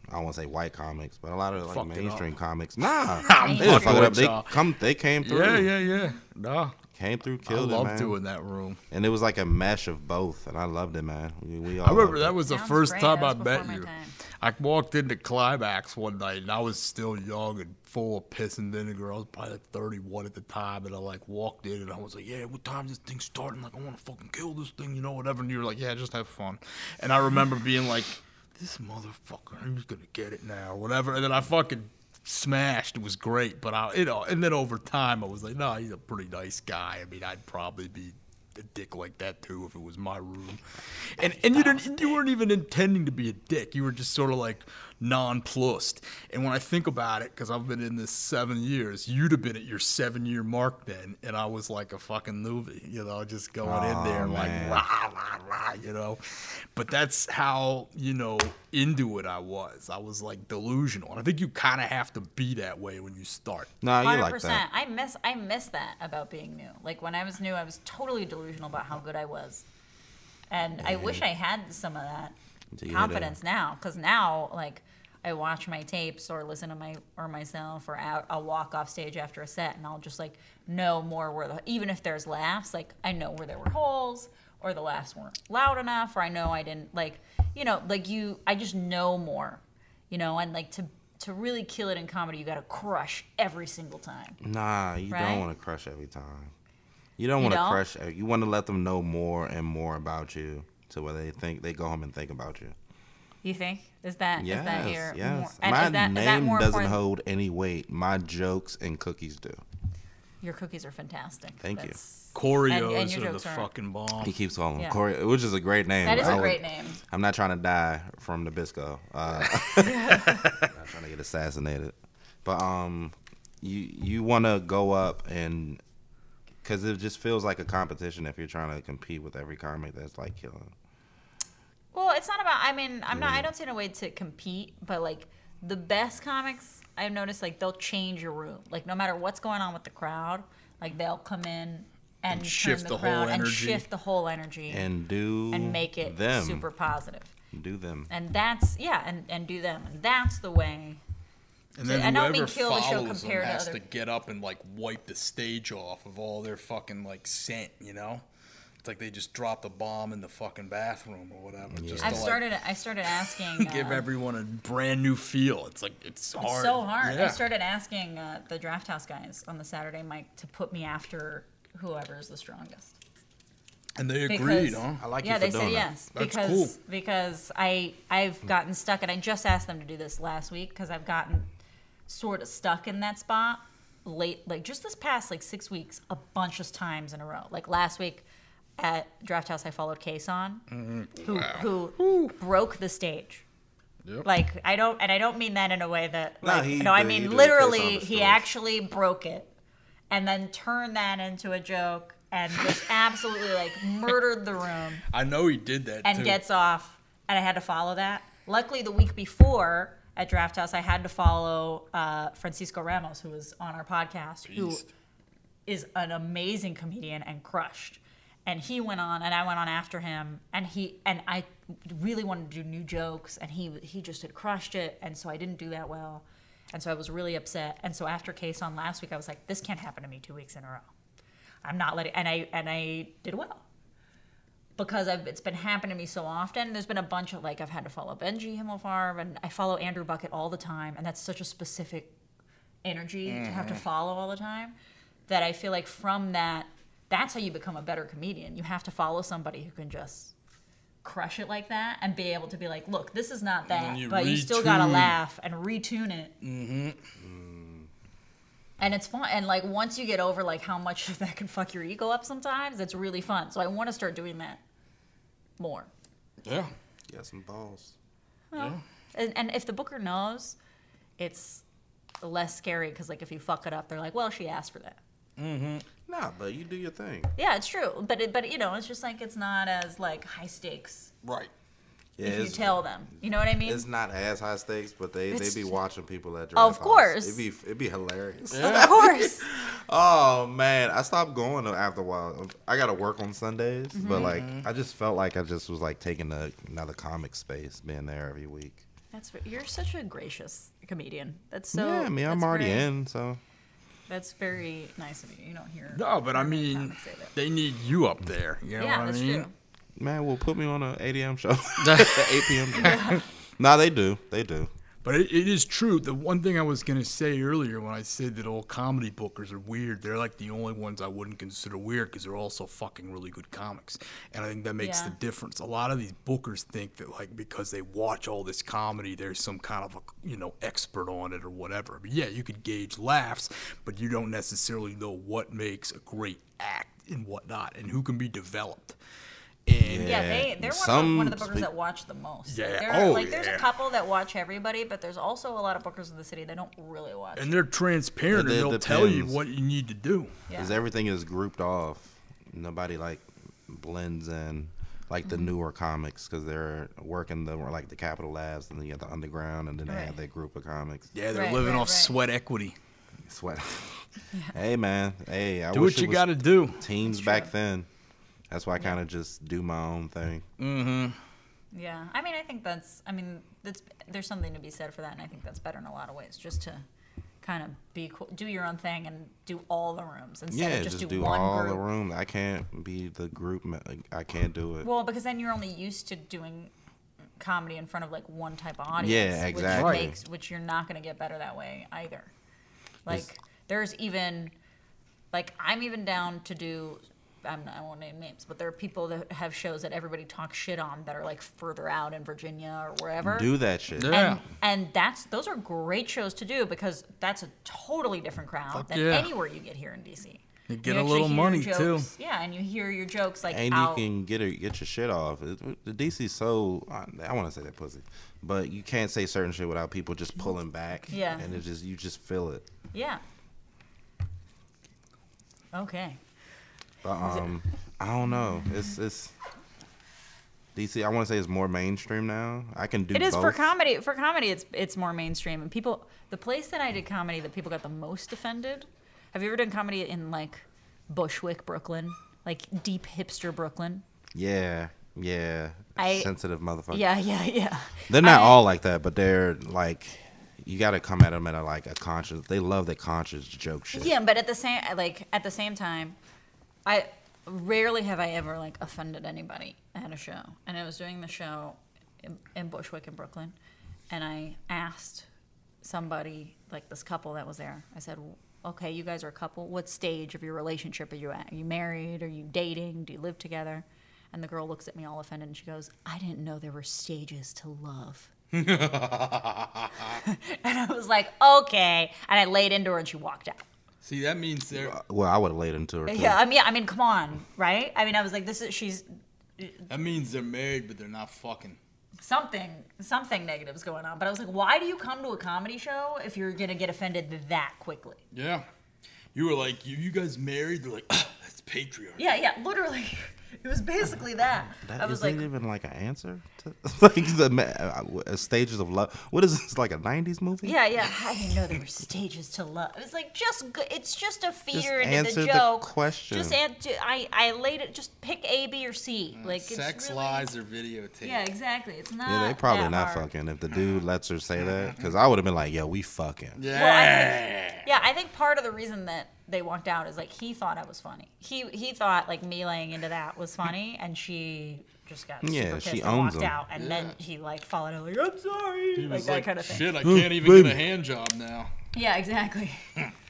S3: I don't want to say white comics, but a lot of like
S1: Fucked it up.
S3: mainstream comics. Nah,
S1: I'm
S3: they
S1: fucking
S3: didn't fuck it up.
S1: with
S3: They
S1: y'all.
S3: come, they came through.
S1: Yeah, yeah, yeah. Nah,
S3: Came through,
S1: I
S3: killed it,
S1: love
S3: man.
S1: doing that room.
S3: And it was like a mesh of both, and I loved it, man. We, we all
S1: I remember
S3: loved
S1: that was the
S2: Sounds
S1: first
S2: great.
S1: time I
S2: That was
S1: met
S2: before my
S1: you.
S2: time.
S1: I walked into Climax one night and I was still young and full of piss and vinegar. I was probably like 31 at the time, and I like walked in and I was like, "Yeah, what time's this thing starting? Like, I want to fucking kill this thing, you know, whatever." And you were like, "Yeah, just have fun." And I remember being like, "This motherfucker, I'm just gonna get it now, whatever." And then I fucking smashed. It was great, but I, you know, and then over time, I was like, "No, he's a pretty nice guy. I mean, I'd probably be." a dick like that too if it was my room. And and you didn't you weren't even intending to be a dick. You were just sort of like, nonplussed. And when I think about it, because I've been in this seven years, you'd have been at your seven year mark then, and I was like a fucking newbie, you know, just going in there like
S3: man.
S1: rah rah rah, you know. But that's how you know into it I was. I was like delusional, and I think you kind of have to be that way when you start.
S3: No, you
S2: Hundred
S3: like
S2: percent.
S3: that.
S2: I miss I miss that about being new. Like when I was new, I was totally delusional about how good I was, and I wish I had some of that
S3: Until you hit it.
S2: confidence now. Because now, like I watch my tapes or listen to my or myself, or out, I'll walk off stage after a set, and I'll just like know more where the even if there's laughs, like I know where there were holes or the laughs weren't loud enough, or I know I didn't like you know like you I just know more, you know, and like to to really kill it in comedy, you got to crush every single time.
S3: Nah, you
S2: Right?
S3: don't want to crush every time. You don't want to
S2: don't?
S3: crush. uh, You want to let them know more and more about you, to where they think they go home and think about you.
S2: You think is that is
S3: Yes,
S2: that your more,
S3: yes.
S2: and
S3: My
S2: is that,
S3: name
S2: is that more
S3: doesn't
S2: important?
S3: hold any weight. My jokes and cookies do.
S2: Your cookies are fantastic.
S3: Thank you.
S2: you. And-
S1: Choreos
S2: and your
S1: are the
S2: jokes aren't-
S1: fucking bomb.
S3: He keeps calling them
S2: Yeah.
S3: Corey, which is a great name.
S2: That is
S3: I
S2: a
S3: would-
S2: great name.
S3: I'm not trying to die from Nabisco. Uh, not trying to get assassinated. But um, you you want to go up and because it just feels like a competition if you're trying to compete with every comic that's like killing.
S2: Well, it's not about. I mean, I'm
S1: Mm.
S2: not. I don't see no way to compete, but like the best comics, I've noticed like they'll change your room. Like no matter what's going on with the crowd, like they'll come in and,
S1: shift
S2: turn
S1: the
S2: the,
S1: whole
S2: crowd and
S1: energy.
S2: shift the whole energy
S3: And do
S2: and make it
S3: them
S2: super positive.
S3: do them.
S2: And that's yeah, and and do them. And that's the way.
S1: And then
S2: I don't mean
S1: whoever
S2: kill the show
S1: follows them
S2: compared to
S1: has
S2: other-
S1: to get up and like wipe the stage off of all their fucking like scent, you know? It's like they just dropped a bomb in the fucking bathroom or whatever. Just
S2: I've
S1: to, like,
S2: started. I started asking.
S1: give
S2: uh,
S1: everyone a brand new feel. It's like it's hard.
S2: It's so hard. I
S1: Yeah.
S2: started asking uh, the draft house guys on the Saturday mic to put me after whoever's the strongest.
S1: and they agreed,
S2: because-
S1: huh?
S3: I like
S2: yeah,
S3: you for
S2: they
S3: doing
S2: said
S3: that.
S2: yes
S1: That's
S2: because
S1: cool.
S2: because I I've gotten stuck, and I just asked them to do this last week because I've gotten sort of stuck in that spot late, like just this past like six weeks, a bunch of times in a row. Like last week at Draft House, I followed
S3: Mm.
S2: Kason, who who broke the stage.
S1: Yep.
S2: Like I don't, and I don't mean that in a way that like
S3: he
S2: no, I
S3: did- he
S2: mean
S3: did
S2: literally,
S3: Kason
S2: he
S3: stories.
S2: actually broke it and then turned that into a joke and just absolutely like murdered the room
S1: I know he did that
S2: and
S1: too.
S2: gets off and i had to follow that luckily the week before at draft house i had to follow uh, francisco ramos who was on our podcast who
S1: Beast.
S2: is an amazing comedian and crushed and he went on and i went on after him and he and i really wanted to do new jokes and he he just had crushed it and so i didn't do that well and so i was really upset and so after case on last week i was like this can't happen to me two weeks in a row i'm not letting and i and i did well because I've, it's been happening to me so often. There's been a bunch of like I've had to follow Benji Himmelfarb and I follow Andrew Bucket all the time, and that's such a specific energy to have to follow all the time that I feel like from that, that's how you become a better comedian. You have to follow somebody who can just crush it like that and be able to be like, look, this is not that,
S1: then you
S2: but you still gotta
S1: retune. Mm.
S2: laugh and retune it. Mm-hmm. And it's fun. And like once you get over like how much that can fuck your ego up sometimes, it's really fun. So I want to start doing that more.
S1: yeah.
S3: Get some balls.
S1: Yeah.
S2: And, and if the booker knows, it's less scary because like if you fuck it up, they're like, well, she asked for that.
S3: Nah, but you do your thing.
S2: Yeah, it's true. But it, but you know, it's just like it's not as like high stakes
S1: Right.
S3: Yeah,
S2: if you
S3: it's,
S2: tell them. You know what I mean?
S3: it's not as high stakes, but they, they
S2: It's-
S3: be watching people at
S2: Of
S3: draft house.
S2: course.
S3: It'd be it'd be hilarious.
S2: Of course.
S3: Oh man, I stopped going after a while. I gotta work on Sundays,
S2: Mm-hmm.
S3: but like I just felt like I just was like taking a, another comic space, being there every week.
S2: That's ver- you're such a gracious comedian. That's so.
S3: yeah, I mean I'm
S2: that's
S3: already
S2: very-
S3: in, so
S2: That's very nice of you. You don't hear.
S1: No, but I
S2: hear many
S1: mean,
S2: comics say that.
S1: they need you up there. You know
S2: yeah,
S1: what
S2: that's
S1: I mean?
S2: true.
S3: man, well put me on a 8 a.m. show, The 8 p.m. show. Nah, they do, they do.
S1: But it, it is true. The one thing I was going to say earlier when I said that all comedy bookers are weird, they're like the only ones I wouldn't consider weird because they're also fucking really good comics. And I think that makes the
S2: Yeah.
S1: difference. A lot of these bookers think that, like, because they watch all this comedy, they're some kind of, a, you know, expert on it or whatever. But yeah, you could gauge laughs, but you don't necessarily know what makes a great act and whatnot and who can be developed.
S4: And
S2: Yeah, they they're one, of the, one of the
S3: Some
S2: bookers
S3: spe-
S2: that watch the most.
S4: Yeah,
S2: There are,
S4: oh,
S2: like there's
S4: yeah.
S2: a couple that watch everybody, but there's also a lot of bookers in the city that don't really watch.
S4: and they're transparent
S3: It- it
S4: and they'll tell you
S3: depends.
S4: what you need to do.
S2: yeah.
S3: because everything is grouped off. Nobody like blends in like
S2: Mm-hmm.
S3: the newer comics because they're working the like the Capitol Labs and then you have the underground and then they
S2: Right.
S3: have their group of comics.
S4: Yeah, they're
S2: Right,
S4: living
S2: right,
S4: off
S2: right.
S4: sweat equity.
S3: Sweat. hey man, hey, I
S4: Do
S3: wish
S4: what you
S3: it was
S4: got to do.
S3: teens back then. That's why I kind of just do my own thing.
S2: Yeah, I mean, I think that's. I mean, that's. There's something to be said for that, and I think that's better in a lot of ways. Just to kind of be cool, do your own thing, and do all the rooms instead
S3: yeah,
S2: of
S3: just,
S2: just,
S3: do
S2: one
S3: all
S2: group.
S3: the room. I can't be the group. ma- I can't do it.
S2: Well, because then you're only used to doing comedy in front of like one type of audience.
S3: Yeah, exactly.
S2: Which, makes, which you're not going to get better that way either. Like
S3: It's-
S2: there's even like I'm even down to do. I'm not, I won't name names, but there are people that have shows that everybody talks shit on that are like further out in Virginia or wherever.
S3: do that shit.
S4: Yeah.
S2: And, and that's those are great shows to do because that's a totally different crowd
S4: Fuck
S2: than
S4: yeah.
S2: anywhere you get here in DC.
S4: You get a
S2: actually
S4: little
S2: hear
S4: money,
S2: your
S4: too.
S2: jokes- Yeah, and you hear your jokes like
S3: and
S2: out.
S3: you can get it, get your shit off. It- the DC's so I, I want to say that pussy, but you can't say certain shit without people just pulling back.
S2: Yeah.
S3: and it just you just feel it.
S2: Yeah. Okay.
S3: But um, I don't know. It's it's DC. I want to say it's more mainstream now. I can do.
S2: It is
S3: both.
S2: for comedy. For comedy, it's it's more mainstream, and people. The place that I did comedy that people got the most offended. Have you ever done comedy in like Bushwick, Brooklyn, like deep hipster Brooklyn?
S3: Yeah, yeah.
S2: I-
S3: Sensitive motherfucker.
S2: Yeah, yeah, yeah.
S3: They're not
S2: I-
S3: all like that, but they're like, you got to come at them at a, like a conscious. They love that conscious joke shit.
S2: Yeah, but at the same like at the same time, I rarely have I ever like offended anybody at a show. And I was doing the show in, in Bushwick in Brooklyn, and I asked somebody like this couple that was there. I said, "Okay, you guys are a couple. What stage of your relationship are you at? Are you married? Are you dating? Do you live together?" And the girl looks at me all offended and she goes, "I didn't know there were stages to love." and I was like, "Okay." And I laid into her and she walked out.
S4: See, that means they're
S3: Well, I would have laid into her. Too.
S2: Yeah, I mean, I mean, come on, right? I mean, I was like, this is she's
S4: that means they're married, but they're not fucking.
S2: something, something negative's going on. But I was like, why do you come to a comedy show if you're gonna get offended that quickly?
S4: Yeah, you were like, you, you guys married? They're like, "Ah, that's patriarchy.
S2: Yeah, yeah, literally, it was basically that.
S3: That
S2: I was
S3: is
S2: like,
S3: that even like an answer to like the ma- uh, uh, stages of love. What is this like a '90s movie?
S2: yeah, yeah, I didn't know there were stages to love. It's like just, go- it's just a feeder into
S3: answer
S2: the
S3: the
S2: joke.
S3: question.
S2: Just an- ju- I, I laid it. Just pick A, B, or C. Like it's
S4: Mm, Sex
S2: really-
S4: lies are videotaped.
S2: Yeah, exactly. It's not.
S3: Yeah, they probably
S2: that
S3: not
S2: hard.
S3: fucking if the dude lets her say that. Because I would have been like, "Yo, we fucking."
S4: Yeah.
S3: Eh.
S2: Yeah, I think part of the reason that they walked out is like he thought I was funny. He he thought like me laying into that was funny, and she just got
S3: Yeah,
S2: super pissed
S3: she
S2: and
S3: owns
S2: walked
S3: him.
S2: out, and then he like followed her like I'm sorry,
S4: He
S2: like
S4: was
S2: that
S4: like,
S2: kind of thing.
S4: shit, I can't even get a hand job now.
S2: Yeah, exactly.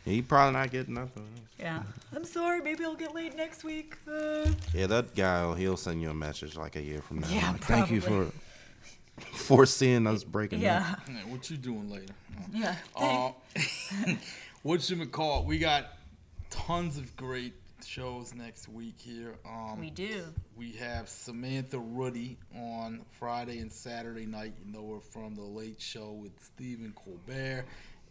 S3: He probably not getting nothing.
S2: Yeah, I'm sorry. Maybe I'll get laid next week. Uh,
S3: Yeah, that guy, he'll send you a message like a year from now.
S2: Yeah,
S3: like, Thank you for
S2: probably.
S3: foreseeing us breaking up.
S2: yeah,
S4: Yeah, what you doing later?
S2: yeah.
S4: Uh, what you call it? We got tons of great shows next week here. Um,
S2: we do.
S4: we have Samantha Ruddy on Friday and Saturday night. You know her from the Late Show with Stephen Colbert.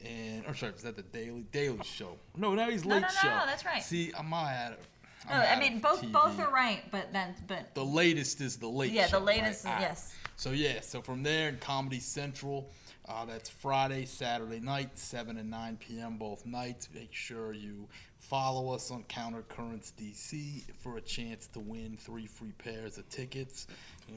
S4: And or sorry, is that the Daily Daily Show? No, now he's Late
S2: no,
S4: Show.
S2: no, that's right.
S4: See, I'm not at it.
S2: No, Oh, I mean both both are right, but then but
S4: The latest is the late.
S2: yeah,
S4: Show,
S2: the latest
S4: right? Ah.
S2: yes.
S4: So yeah, so from there in Comedy Central, uh, that's Friday, Saturday night, seven and nine p.m. both nights. Make sure you follow us on Counter Currents DC for a chance to win three free pairs of tickets.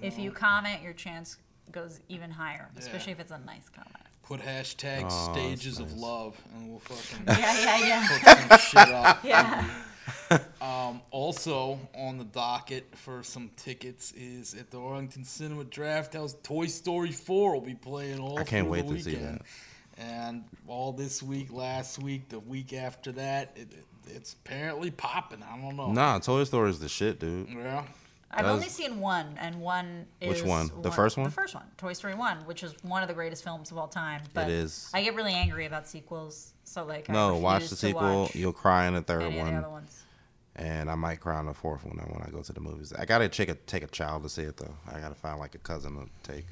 S2: If
S4: know,
S2: you comment, your chance goes even higher, especially if
S4: Yeah.
S2: it's a nice comment.
S4: put hashtag
S3: Aw, that's
S4: stages of
S3: nice.
S4: love, and we'll fucking
S2: Yeah, yeah, yeah.
S4: put some shit up.
S2: Yeah.
S4: Um, also on the docket for some tickets is at the Arlington Cinema Draft House. Toy Story 4 will be playing all
S3: I can't
S4: through
S3: wait
S4: the
S3: to see
S4: weekend. And all this week, last week, the week after that, it, it- it's apparently popping. I don't know.
S3: Nah, Toy Story is the shit, dude.
S4: Yeah.
S2: I've
S3: That
S2: only
S3: was-
S2: seen one, and one is
S3: Which one? The first one?
S2: The first one, Toy Story one, which is one of the greatest films of all time. But
S3: is.
S2: I get really angry about sequels, so like I
S3: No, watch the
S2: refuse to
S3: sequel.
S2: watch
S3: You'll cry in the third
S2: any of the
S3: one.
S2: other ones.
S3: and I might crown a fourth one when I go to the movies. I gotta check a, take a child to see it though. I gotta find like a cousin to take.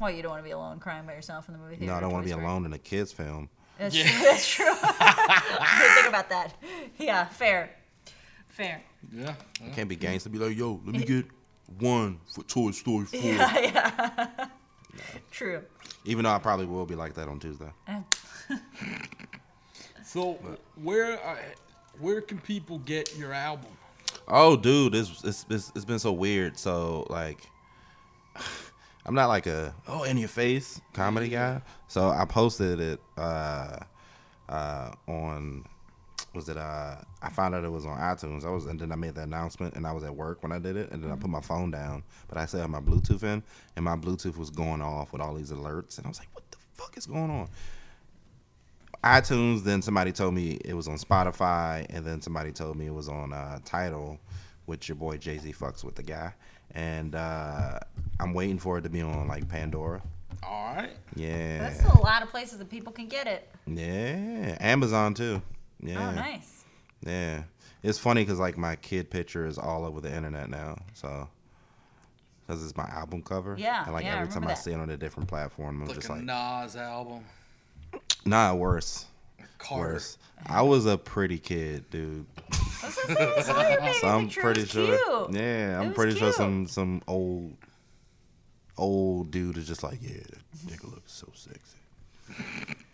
S2: Well, you don't want to be alone crying by yourself in the movie theater.
S3: No, I don't want to be
S2: Toy Story.
S3: alone in a kids film.
S2: That's true. That's true. Good thing about that. Yeah, fair. Fair.
S4: Yeah.
S3: I can't be gangster. Be like, yo, let me get one for Toy Story Four.
S2: Yeah, yeah. True.
S3: Even though I probably will be like that on Tuesday.
S4: So where uh, where can people get your album?
S3: Oh, dude, it's it's it's, it's been so weird. So like, I'm not like a oh in your face comedy guy. So I posted it uh, uh, on was it uh I found out it was on iTunes. I was and then I made the announcement and I was at work when I did it and then I put my phone down, but I still had my Bluetooth in and my Bluetooth was going off with all these alerts and I was like, what the fuck is going on? iTunes. Then somebody told me it was on Spotify, and then somebody told me it was on uh, Title, which your boy Jay Z fucks with the guy. And uh, I'm waiting for it to be on like Pandora.
S4: All right.
S3: Yeah,
S2: That's a lot of places that people can get it.
S3: yeah, Amazon too. Yeah,
S2: Oh, nice.
S3: yeah. It's funny because like my kid picture is all over the internet now, so. Cause it's my album cover.
S2: Yeah,
S3: And like
S2: yeah, I
S3: every time
S2: remember
S3: I
S2: that.
S3: see it on a different platform, I'm
S4: Like
S3: just
S4: a
S3: like,
S4: Nas album.
S3: nah, worse,
S4: Carter.
S3: worse. I was a pretty kid, dude.
S2: That's what I saw your baby
S3: So I'm
S2: picture.
S3: pretty
S2: It's
S3: sure.
S2: cute.
S3: Yeah, I'm
S2: was
S3: pretty sure
S2: cute.
S3: some some old old dude is just like, yeah, that nigga looks so sexy.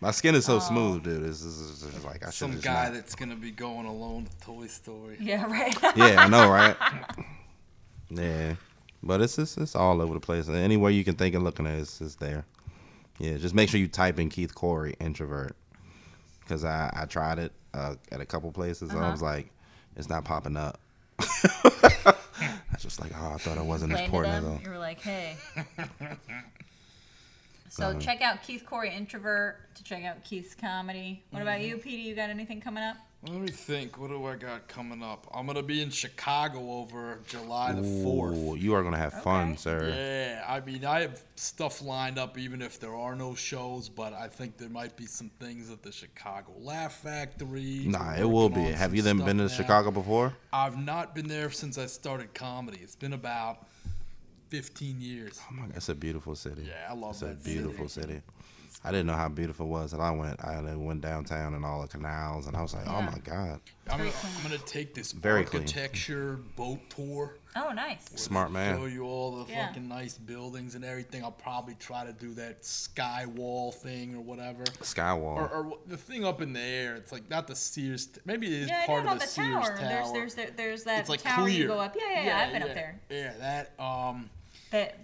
S3: My skin is so smooth, dude. This is this is like I should
S4: Some
S3: just
S4: guy
S3: not-
S4: that's gonna be going alone to Toy Story.
S2: Yeah, right.
S3: Yeah, I know, right? yeah, but it's it's it's all over the place. Anywhere you can think of looking at, it, it's it's there. Yeah, just make sure you type in Keith Corey introvert, because I I tried it uh, at a couple places and I was
S4: Uh-huh.
S3: like, it's not popping up. I was just like, oh, I thought I
S2: Explain
S3: wasn't
S2: to
S3: important at all.
S2: them. You were like, hey. So check out Keith Corey Introvert to check out Keith's comedy. What about you,
S4: Mm-hmm.
S2: Petey? You got anything coming up?
S4: Let me think. What do I got coming up? I'm gonna be in Chicago over July the fourth.
S3: Ooh, you are gonna have fun,
S2: Okay.
S3: sir.
S4: Yeah, I mean, I have stuff lined up even if there are no shows, but I think there might be some things at the Chicago Laugh Factory.
S3: Nah,
S4: We're
S3: it will be.
S4: working on
S3: Have
S4: some
S3: you then
S4: stuff
S3: been to
S4: now.
S3: Chicago before?
S4: I've not been there since I started comedy. It's been about 15 years.
S3: Oh my God, it's a beautiful city.
S4: Yeah, I love
S3: It's a
S4: that city.
S3: beautiful city. I didn't know how beautiful it was, and I went. I then went downtown and all the canals, and I was like, "Oh
S2: Yeah.
S3: my god,
S4: I'm
S2: very
S4: gonna, I'm gonna take this
S3: Very clean.
S4: architecture boat tour.
S2: Oh, nice.
S3: smart
S4: Show
S3: man."
S4: you all the
S2: Yeah.
S4: fucking nice buildings and everything. I'll probably try to do that sky wall thing or whatever. Or,
S3: Skywall.
S4: or wh- the thing up in the air. It's like not the Sears. T- maybe it is
S2: Yeah, I know
S4: part
S2: about
S4: of
S2: the,
S4: the, Sears
S2: tower.
S4: tower.
S2: There's there's there, there's that
S4: it's like
S2: tower
S4: clear.
S2: you go up. Yeah, yeah, yeah. I've been up there.
S4: Yeah, that. Um,
S2: That,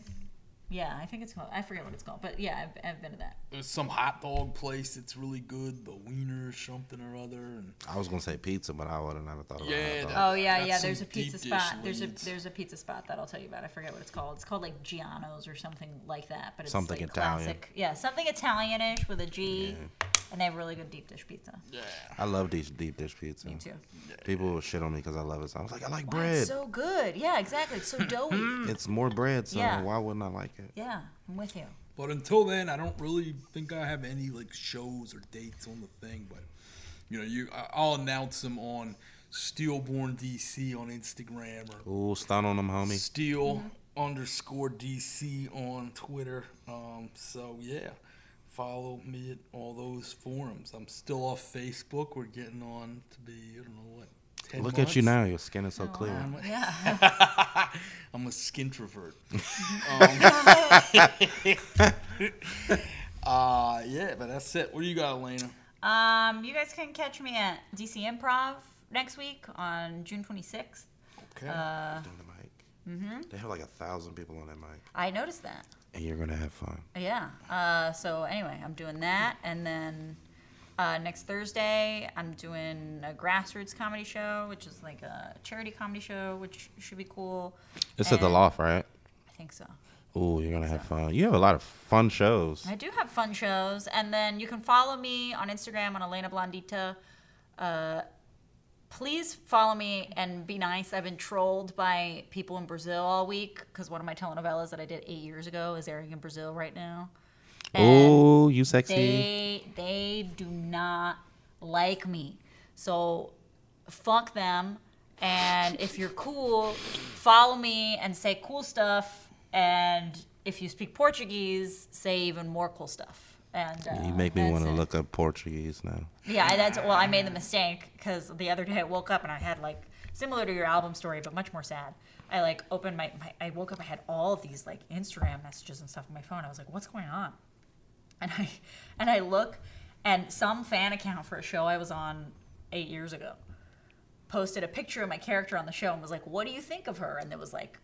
S2: yeah, I think it's called. I forget what it's called, but yeah, I've, I've been to that.
S4: there's some hot dog place that's really good, the Wiener something or other. And
S3: I was gonna say pizza, but I would have never thought about
S4: Yeah,
S3: that.
S4: that-
S2: Oh yeah,
S4: Got
S2: yeah.
S4: some
S2: There's a
S4: deep
S2: pizza
S4: dish
S2: spot. There's a
S4: leads.
S2: there's a pizza spot that I'll tell you about. I forget what it's called. It's called like Giano's or something like that. But it's
S3: Something
S2: like
S3: Italian.
S2: classic. Yeah, something Italianish with a G, and they have really good deep dish pizza.
S4: yeah,
S3: I love deep, deep dish pizza.
S2: Me too.
S3: People shit on me because I love it. So I was like, "I like
S2: Why it's
S3: bread.
S2: so good. Yeah, exactly. It's so doughy.
S3: it's more bread, so
S2: Yeah.
S3: why wouldn't I like it?"
S2: yeah, I'm with you.
S4: but until then, I don't really think I have any like shows or dates on the thing. But you know, you I- I'll announce them on Steelborn DC on Instagram or
S3: Ooh, stun on them, homie.
S4: Steel underscore DC on Twitter. Um, so yeah, follow me at all those forums. I'm still off Facebook. We're getting on to be I don't know what. 10
S3: Look at you
S4: months.
S3: now. Your skin
S2: Oh,
S3: is so clear.
S4: I'm a-
S2: Yeah.
S4: I'm a skin trovert. Um, uh, yeah, but that's it. What do you got, Elena?
S2: Um, you guys can catch me at DC Improv next week on June 26th.
S4: Okay.
S2: Uh,
S3: Doing the mic.
S2: Mm-hmm.
S3: They have like a thousand people on that mic,
S2: I noticed that.
S3: and you're gonna have fun.
S2: Yeah. Uh, so anyway, I'm doing that, and then uh, next Thursday I'm doing a grassroots comedy show, which is like a charity comedy show, which should be cool.
S3: It's at the
S2: And-
S3: loft, right?
S2: I think so.
S3: Ooh, you're gonna have fun. You have a lot of fun shows.
S2: I do have fun shows, and then you can follow me on Instagram on Elena Blondita. Uh, please follow me and be nice. I've been trolled by people in Brazil all week because one of my telenovelas that I did eight years ago is airing in Brazil right now. And
S3: Ooh, you sexy.
S2: they they do not like me. So fuck them And if you're cool, follow me and say cool stuff. And if you speak Portuguese, say even more cool stuff. And uh,
S3: You make me
S2: that's
S3: want to
S2: it.
S3: look up Portuguese now.
S2: Yeah, I- that's well. I made the mistake because the other day I woke up and I had like similar to your album story, but much more sad. I like opened my, my I woke up. I had all these like Instagram messages and stuff on my phone. I was like, "What's going on?" And I and I look, and some fan account for a show I was on eight years ago posted a picture of my character on the show and was like, "What do you think of her?" And there was like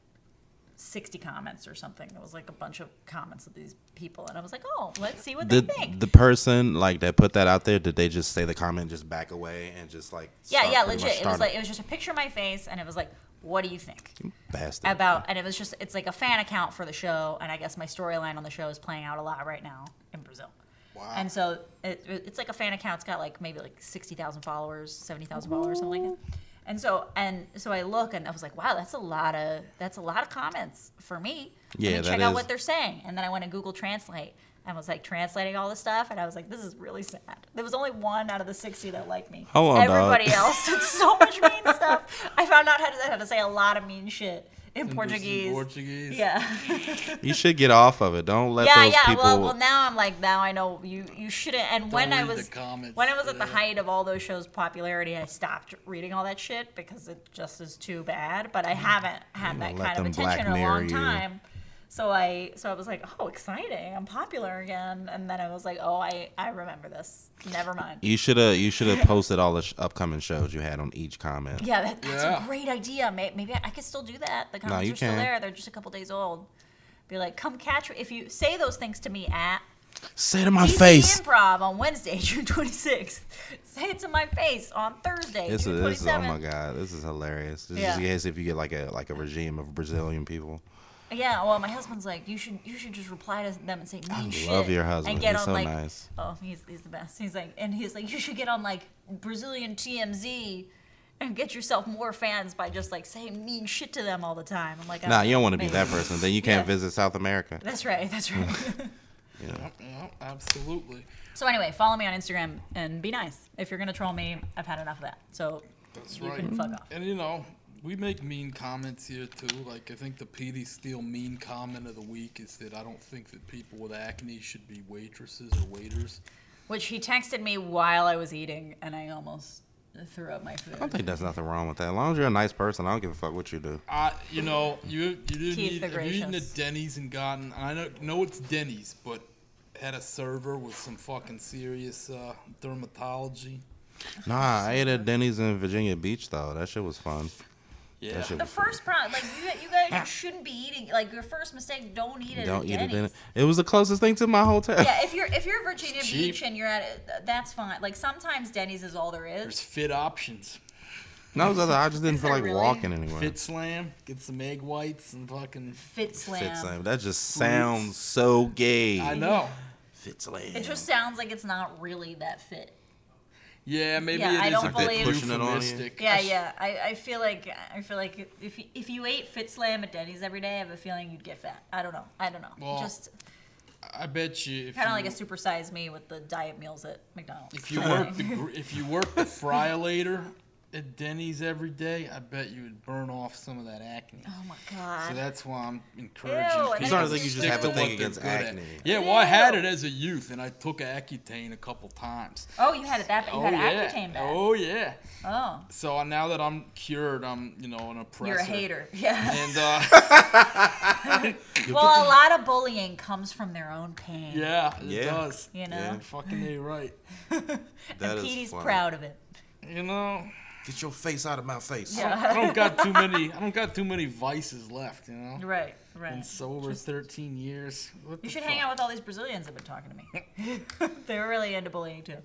S2: 60 comments or something. There was like a bunch of comments of these people, and I was like, "Oh, let's see what
S3: Did
S2: they think."
S3: the person like that put that out there? Did they just say the comment, just back away, and just like
S2: Yeah,
S3: start-
S2: yeah,
S3: pretty much
S2: legit. It was
S3: start
S2: like it was just a picture of my face, and it was like, "What do you think
S3: bastard.
S2: about?" And it was just it's like a fan account for the show, and I guess my storyline on the show is playing out a lot right now in Brazil. Wow. And so it, it's like a fan account. It's got like maybe like sixty thousand followers, seventy thousand followers, something like that. And so and so I look and I was like, wow, that's a lot of that's a lot of comments for me.
S3: Yeah,
S2: Let me
S3: that
S2: check out
S3: is-
S2: what they're saying. And then I went to Google Translate and was like translating all this stuff, and I was like, this is really sad. There was only one out of the sixty that liked me.
S3: Hold on, dog.
S2: Everybody else did so much mean stuff. I found out how to, how to say a lot of mean shit in, Portuguese.
S4: Portuguese.
S2: Yeah,
S3: you should get off of it. Don't let
S2: yeah,
S3: those
S2: yeah.
S3: people.
S2: Well, well, now I'm like, now I know you. You shouldn't. And when I
S4: read the
S2: was
S4: comments.
S2: when I was at the
S4: Yeah.
S2: height of all those shows' popularity, I stopped reading all that shit because it just is too bad. But I
S4: Mm.
S2: haven't had that
S3: let
S2: kind of
S3: them Black
S2: attention in a
S3: Mirror
S2: long
S3: you.
S2: time. So I so I was like, oh, exciting! I'm popular again. And then I was like, oh, I I remember this. Never mind.
S3: you should have you should have posted all the sh- upcoming shows you had on each comment.
S2: Yeah, that, that's a
S4: Yeah.
S2: great idea. May- Maybe I, I could still do that. The comments
S3: you
S2: are still
S3: can.
S2: there. They're just a couple days old. Be like, come catch me. If you say those things to me at
S3: Say to my
S2: DC
S3: face.
S2: Improv on Wednesday, June 26th, say it to my face on Thursday,
S3: This
S2: June
S3: is, this is oh
S2: 27th.
S3: my god, this is hilarious. This
S2: Yeah.
S3: is yes, if you get like a like a regime of Brazilian people.
S2: Yeah, well, my husband's like, you should you should just reply to them and say mean shit.
S3: love your
S2: And
S3: husband.
S2: get
S3: He's
S2: on
S3: so
S2: like,
S3: nice.
S2: oh, he's he's the best. He's like, and he's like, you should get on like Brazilian TMZ. And get yourself more fans by just like saying mean shit to them all the time. I'm like,
S3: Nah, you don't want to be
S2: maybe.
S3: that person. Then you can't
S2: Yeah.
S3: visit South America.
S2: That's right. That's right.
S4: Yeah, absolutely.
S2: so anyway, follow me on Instagram and be nice. If you're gonna troll me, I've had enough of that. So
S4: That's
S2: you
S4: right.
S2: can fuck off.
S4: And you know, we make mean comments here too. Like I think the PD Steele mean comment of the week is that I don't think that people with acne should be waitresses or waiters.
S2: Which he texted me while I was eating, and I almost threw up my
S3: I don't
S2: food.
S3: think there's nothing wrong with that. As long as you're a nice person, I don't give a fuck what you do.
S4: I, you know, you you didn't
S2: Keith
S4: eat,
S2: the
S4: have you eaten
S2: Gracious.
S4: at Denny's and gotten. I know, know it's Denny's, but had a server with some fucking serious uh, dermatology.
S3: Nah, I ate at Denny's in Virginia Beach though. That shit was fun.
S4: Yeah.
S3: That shit
S2: The
S3: was fun.
S2: first problem, like you, you guys shouldn't be eating. Like your first mistake, don't eat it.
S3: Ah.
S2: at
S3: Don't eat it.
S2: Denny's.
S3: Denny. It was the closest thing to my hotel.
S2: Yeah, if you're if you're in Virginia
S4: It's cheap.
S2: Beach and you're at it, that's fine. Like sometimes Denny's is all there
S4: There's
S2: is.
S4: fit options.
S3: No, it was other- I just didn't feel
S2: that
S3: like
S2: really-
S3: walking anywhere.
S4: Fit slam, get some egg whites and fucking.
S2: Fit slam.
S3: Fit slam. That just sounds so gay.
S4: I know.
S3: Fit slam.
S2: It just sounds like it's not really that fit.
S4: Yeah, maybe
S2: Yeah,
S4: it is
S2: I don't
S4: a bit
S2: believe-
S3: Pushing it on you.
S4: euphemistic.
S2: Yeah, yeah. I, I feel like I feel like if you, if you ate Fit Slam at Denny's every day, I have a feeling you'd get fat. I don't know. I don't know.
S4: Well,
S2: Just
S4: I bet you if
S2: kind of like
S4: you-
S2: a supersize me with the diet meals at McDonald's.
S4: If you work the gr- if you work the fry later at Denny's every day, I bet you would burn off some of that acne.
S2: oh my
S4: So
S2: god.
S4: that's why I'm encouraging.
S2: Ew, and
S4: people
S2: It's not as
S4: to
S2: if you just
S4: stick
S2: have
S4: to
S2: a
S4: what
S3: thing
S4: they're
S3: against
S4: good at.
S3: acne.
S4: Yeah, well, I had it as a youth, and I took Accutane a couple times.
S2: Oh, you had it that. You
S4: oh
S2: had
S4: yeah.
S2: Accutane back.
S4: Oh yeah.
S2: Oh.
S4: So now that I'm cured, I'm you know an oppressor.
S2: You're a hater. Yeah.
S4: And uh,
S2: Well, a lot of bullying comes from their own pain.
S4: yeah, it
S3: Yeah.
S4: does.
S2: You know?
S3: Yeah.
S4: Fucking a right.
S3: That
S2: and
S3: is
S2: Petey's
S3: funny.
S2: proud of it.
S4: You know,
S3: Get your face out of my face.
S4: I don't got too many. I don't got too many vices left. You know.
S2: Right, right.
S4: Been sober 13 years. What
S2: You
S4: the
S2: should
S4: fuck?
S2: hang out with all these Brazilians that have been talking to me. They're really into bullying too.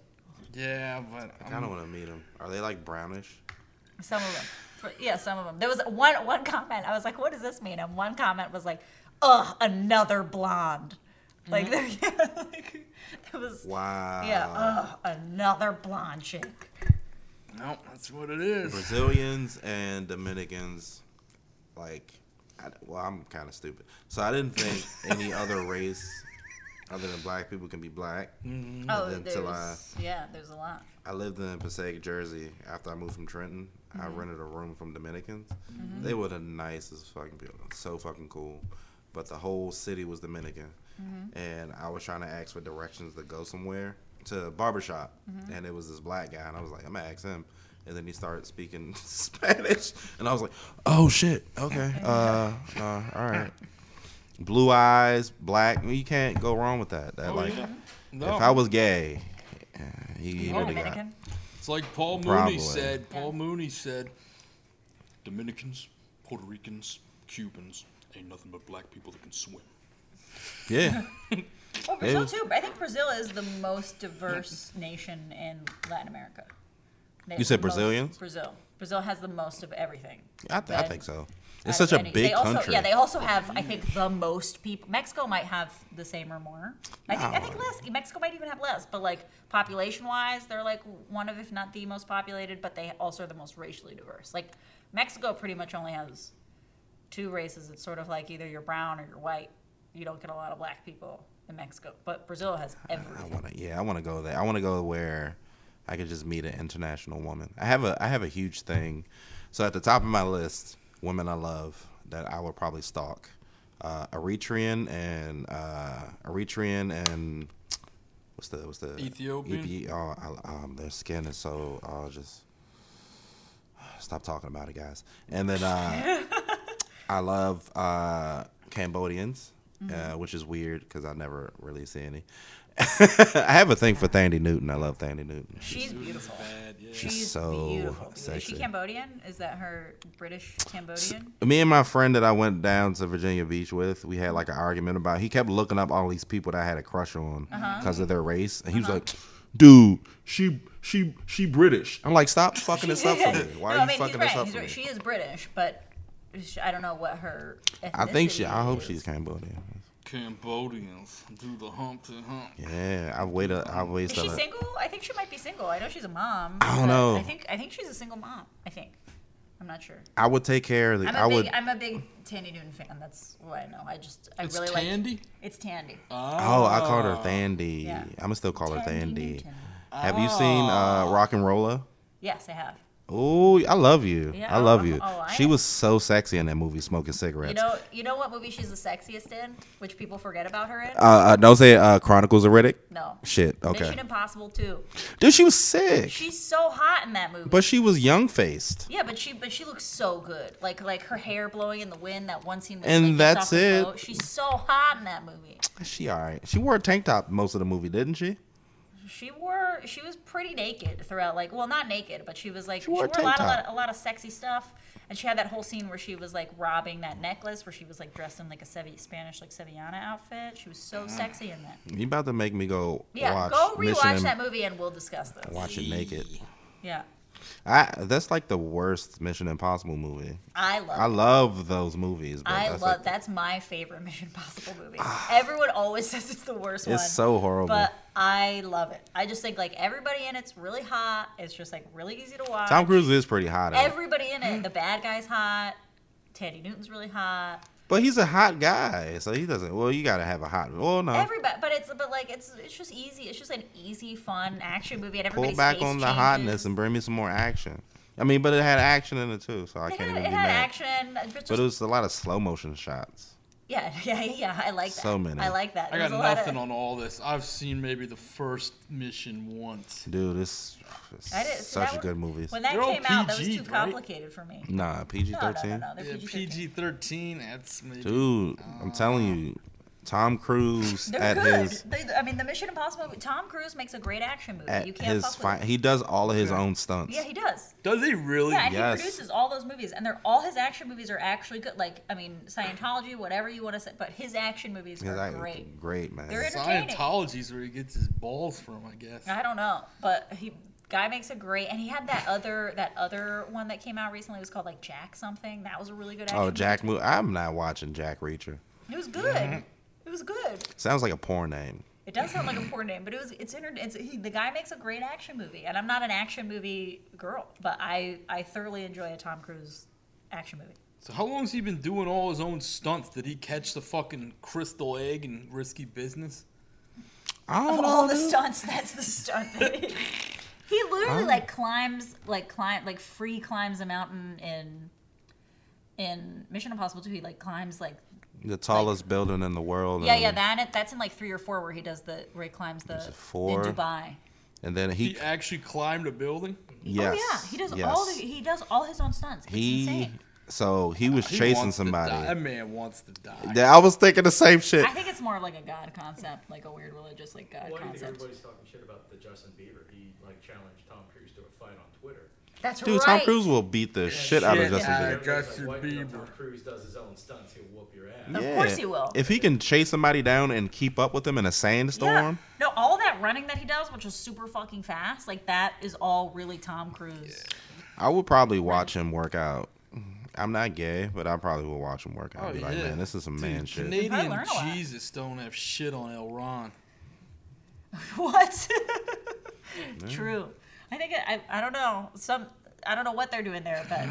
S4: Yeah, but
S3: I
S4: I'm-
S3: kind of want to meet them. Are they like brownish?
S2: Some of them. For- Yeah, some of them. There was one one comment. I was like, "What does this mean?" And one comment was like, "Ugh, another blonde." Like, yeah, like that was
S3: Mm-hmm. Wow.
S2: yeah, ugh, another blonde chick.
S4: no, that's what it is.
S3: Brazilians and Dominicans, like, I, well, I'm kind of stupid. So I didn't think any other race Other than black people can be black.
S2: Oh,
S3: then
S2: there's
S3: till
S2: yeah, there's a lot.
S3: I lived in Passaic, Jersey. After I moved from Trenton, I rented a room from Dominicans. They were the nicest fucking people. So fucking cool. But the whole city was Dominican. And I was trying to ask for directions to go somewhere to a barbershop. And it was this black guy. And I was like, I'm going to ask him. And then he started speaking Spanish. And I was like, oh shit. Okay. Uh, uh, all right. Blue eyes, black. You can't go wrong with that. That like,
S4: No.
S3: if I was gay, uh, he, he
S2: You're
S3: would have got.
S2: Dominican?
S4: It's like Paul Mooney
S3: Probably.
S4: said. Paul Mooney said, Dominicans, Puerto Ricans, Cubans ain't nothing but black people that can swim.
S3: Yeah.
S2: Well, Brazil
S3: was-
S2: too. but I think Brazil is the most diverse nation in Latin America. They
S3: You said
S2: have the most-
S3: Brazilians?
S2: Brazil. Brazil has the most of everything.
S3: I, th- I
S2: Red.
S3: think so.
S2: out
S3: It's
S2: of
S3: such a
S2: any-
S3: big
S2: they also,
S3: country.
S2: Yeah, they also have, I think, the most people. Mexico might have the same or more. I think, I think
S3: No.
S2: less. Mexico might even have less, but like population wise, they're like one of, if not the most populated, but they also are the most racially diverse. Like Mexico pretty much only has two races. It's sort of like either you're brown or you're white. You don't get a lot of black people in Mexico, but Brazil has
S3: I
S2: everything.
S3: want to. Yeah, I want to go there. I want to go where I could just meet an international woman. I have a I have a huge thing. So at the top of my list, women I love that I would probably stalk, uh, Eritrean and uh, Eritrean and what's the what's the
S4: Ethiopian?
S3: Ethi- oh, I, um, their skin is so oh, just stop talking about it, guys. And then uh, I love uh, Cambodians,
S2: Mm-hmm.
S3: uh, which is weird because I never really see any. I have a thing for Thandi Newton. I love Thandi Newton.
S2: She's beautiful.
S4: Bad, yeah.
S3: She's
S2: She's
S3: so
S2: beautiful. Is
S3: sexy.
S2: she Cambodian? Is that her British Cambodian?
S3: Me and my friend that I went down to Virginia Beach with, we had like an argument about. He kept looking up all these people that I had a crush on
S2: Uh-huh.
S3: because of their race, and he was like, "Dude, she she she British." I'm like, "Stop fucking this up for me. Why
S2: No,
S3: are you
S2: I mean,
S3: fucking
S2: he's
S3: this
S2: right.
S3: up
S2: He's
S3: for me?"
S2: right. She is British, but sh- I don't know what her.
S3: I think she.
S2: ethnicity
S3: I hope
S2: is.
S3: she's Cambodian.
S4: Cambodians do the hump to hump.
S3: Yeah, I've waited. I've
S2: Is
S3: waited.
S2: she single? I think she might be single. I know she's a mom.
S3: I
S2: but
S3: don't know.
S2: I think I think she's a single mom. I think. I'm not sure.
S3: I would take care of the.
S2: I'm a
S3: I
S2: big
S3: would.
S2: I'm a big Tandy Newton fan. That's what I know. I just I
S4: It's
S2: really like
S4: Tandy? Uh.
S2: it's Tandy.
S3: oh, I called her Thandi.
S2: Yeah.
S3: I'ma still call her Thandi.
S2: Newton.
S3: Have you seen uh,
S2: Oh.
S3: Rock and Roller?
S2: Yes, I have.
S3: Oh, I love you.
S2: Yeah,
S3: I love
S2: oh,
S3: you.
S2: oh, I-
S3: she was so sexy in that movie, smoking cigarettes.
S2: You know you know what movie she's the sexiest in, which people forget about her in?
S3: uh, uh, don't say uh, Chronicles of Riddick.
S2: no.
S3: Shit. Okay.
S2: Mission Impossible too.
S3: Dude, she was sick,
S2: She's so hot in that movie.
S3: but she was young faced.
S2: Yeah, but she but she looks so good. Like like her hair blowing in the wind. That one scene. Where
S3: And
S2: she, like,
S3: that's
S2: gets off her
S3: it.
S2: boat. She's so hot in that movie.
S3: She all right. She wore a tank top most of the movie, didn't she?
S2: She wore she was pretty naked throughout. Like well, not naked, but she was like she wore,
S3: wore a
S2: a lot,
S3: tank
S2: of, lot
S3: top.
S2: of a lot of sexy stuff. And she had that whole scene where she was like robbing that necklace, where she was like dressed in like a Sevi- Spanish like Sevillana outfit. She was so sexy in that.
S3: You about to make me go
S2: Yeah,
S3: watch
S2: go rewatch
S3: Mm. Mission Im-
S2: that movie and we'll discuss this.
S3: Watch it naked.
S2: Yeah,
S3: I that's like the worst Mission Impossible movie.
S2: I love.
S3: I love those movies. But
S2: I
S3: that's
S2: love
S3: like- Ah.
S2: that's my favorite Mission Impossible movie. Everyone always says it's the worst one.
S3: It's so horrible.
S2: But I love it. I just think like everybody in it's really hot. It's just like really easy to watch.
S3: Tom Cruise Mm. is pretty hot, at it.
S2: everybody in it, the bad guy's hot. Teddy Newton's really hot.
S3: but he's a hot guy, so he doesn't. Well, you gotta have a hot. Well, no,
S2: Everybody, but it's but like it's it's just easy. It's just an easy, fun action movie, and
S3: pull
S2: everybody's
S3: back
S2: face
S3: on the
S2: changes.
S3: hotness and bring me some more action. I mean, but it had action in it too, so I
S2: It
S3: can't
S2: had,
S3: even
S2: it
S3: be
S2: had
S3: mad.
S2: action, but just,
S3: But it was a lot of slow motion shots.
S2: yeah, yeah, yeah. I like that.
S3: So many.
S2: I like that.
S4: I
S2: There
S4: got
S2: was a lot
S4: nothing
S2: of,
S4: on all this. I've seen maybe the first mission once.
S3: Dude, this is
S2: I didn't, see,
S3: such
S2: that
S3: a
S2: was-
S3: good movie.
S2: When that
S4: They're all
S2: came out, that was
S4: PG,
S2: too
S4: right?
S2: complicated for me.
S3: Nah, PG
S2: No, no,
S3: thirteen.
S2: no, no. They're
S4: Yeah,
S2: PG.
S4: PG thirteen. That's maybe.
S3: Dude, I'm telling you, Tom Cruise
S2: They're
S3: at
S2: good.
S3: his
S2: They, I mean, the Mission Impossible. movie- Tom Cruise makes a great action movie.
S3: at
S2: you can't
S3: his
S2: fuck with
S3: fi-
S2: it.
S3: he does all of his own stunts.
S2: Yeah, he does.
S4: Does he really?
S2: Yeah, and
S3: Yes.
S2: he produces all those movies, and they're all his action movies are actually good. Like, I mean, Scientology, whatever you want to say, but his action movies
S3: He's
S2: are
S3: like,
S2: great.
S3: great man.
S2: They're entertaining.
S4: Scientology's where he gets his balls from, I guess.
S2: I don't know, but he guy makes a great, and he had that other that other one that came out recently it was called like Jack something. That was a really good action.
S3: Oh, Jack movie. I'm not watching Jack Reacher.
S2: Movie. It was good.
S3: Mm-hmm.
S2: It was good.
S3: Sounds like a porn name.
S2: It does sound like a poor name, but it was it's, inter- it's he, the guy makes a great action movie, and I'm not an action movie girl, but I I thoroughly enjoy a Tom Cruise action movie.
S4: So how long's he been doing all his own stunts? Did he catch the fucking crystal egg in Risky Business?
S3: I
S2: Of
S3: don't
S2: all
S3: know,
S2: the
S3: dude.
S2: stunts, that's the stunt that he- he literally
S3: Oh.
S2: like climbs, like climb, like free climbs a mountain in in Mission Impossible 2. He like climbs like
S3: the tallest building in the world.
S2: yeah,
S3: and,
S2: yeah. That that's in like three or four where he does the where he climbs the
S3: Oh. Is it four?
S2: in Dubai.
S3: And then he,
S4: He actually climbed a building.
S3: yes,
S2: oh yeah, he does
S3: yes.
S2: all the, he does all his own stunts. It's
S3: he,
S2: insane.
S3: so he was
S4: He
S3: chasing
S4: wants to
S3: somebody.
S4: die. That man wants to die.
S3: Yeah, I was thinking the same shit.
S2: I think it's more of like a god concept, like a weird religious like god
S5: Why do you think
S2: concept.
S5: everybody's talking shit about the Justin Bieber? He like challenged Tom Cruise to a fight on Twitter.
S2: That's
S3: Dude,
S2: right.
S3: Tom Cruise will beat the shit out of
S1: shit
S3: Justin
S1: out
S3: Bieber.
S1: of
S5: Everybody's like,
S1: Justin
S5: why do you think
S1: Bieber.
S5: Tom Cruise does his own stunts. He'll whoop your ass.
S2: Of course he will.
S3: If he can chase somebody down and keep up with them in a sandstorm,
S2: Yeah. No, all that running that he does, which is super fucking fast, like that is all really Tom Cruise.
S3: I would probably watch him work out. I'm not gay, but I probably will watch him work out.
S4: Oh,
S3: I'd be like,
S4: yeah.
S3: man, this is some
S4: Dude,
S3: man shit.
S2: Probably
S4: Canadian
S2: learn a lot.
S4: Jesus don't have shit on El Ron.
S2: What? True. I think it, I I don't know some I don't know what they're doing there, but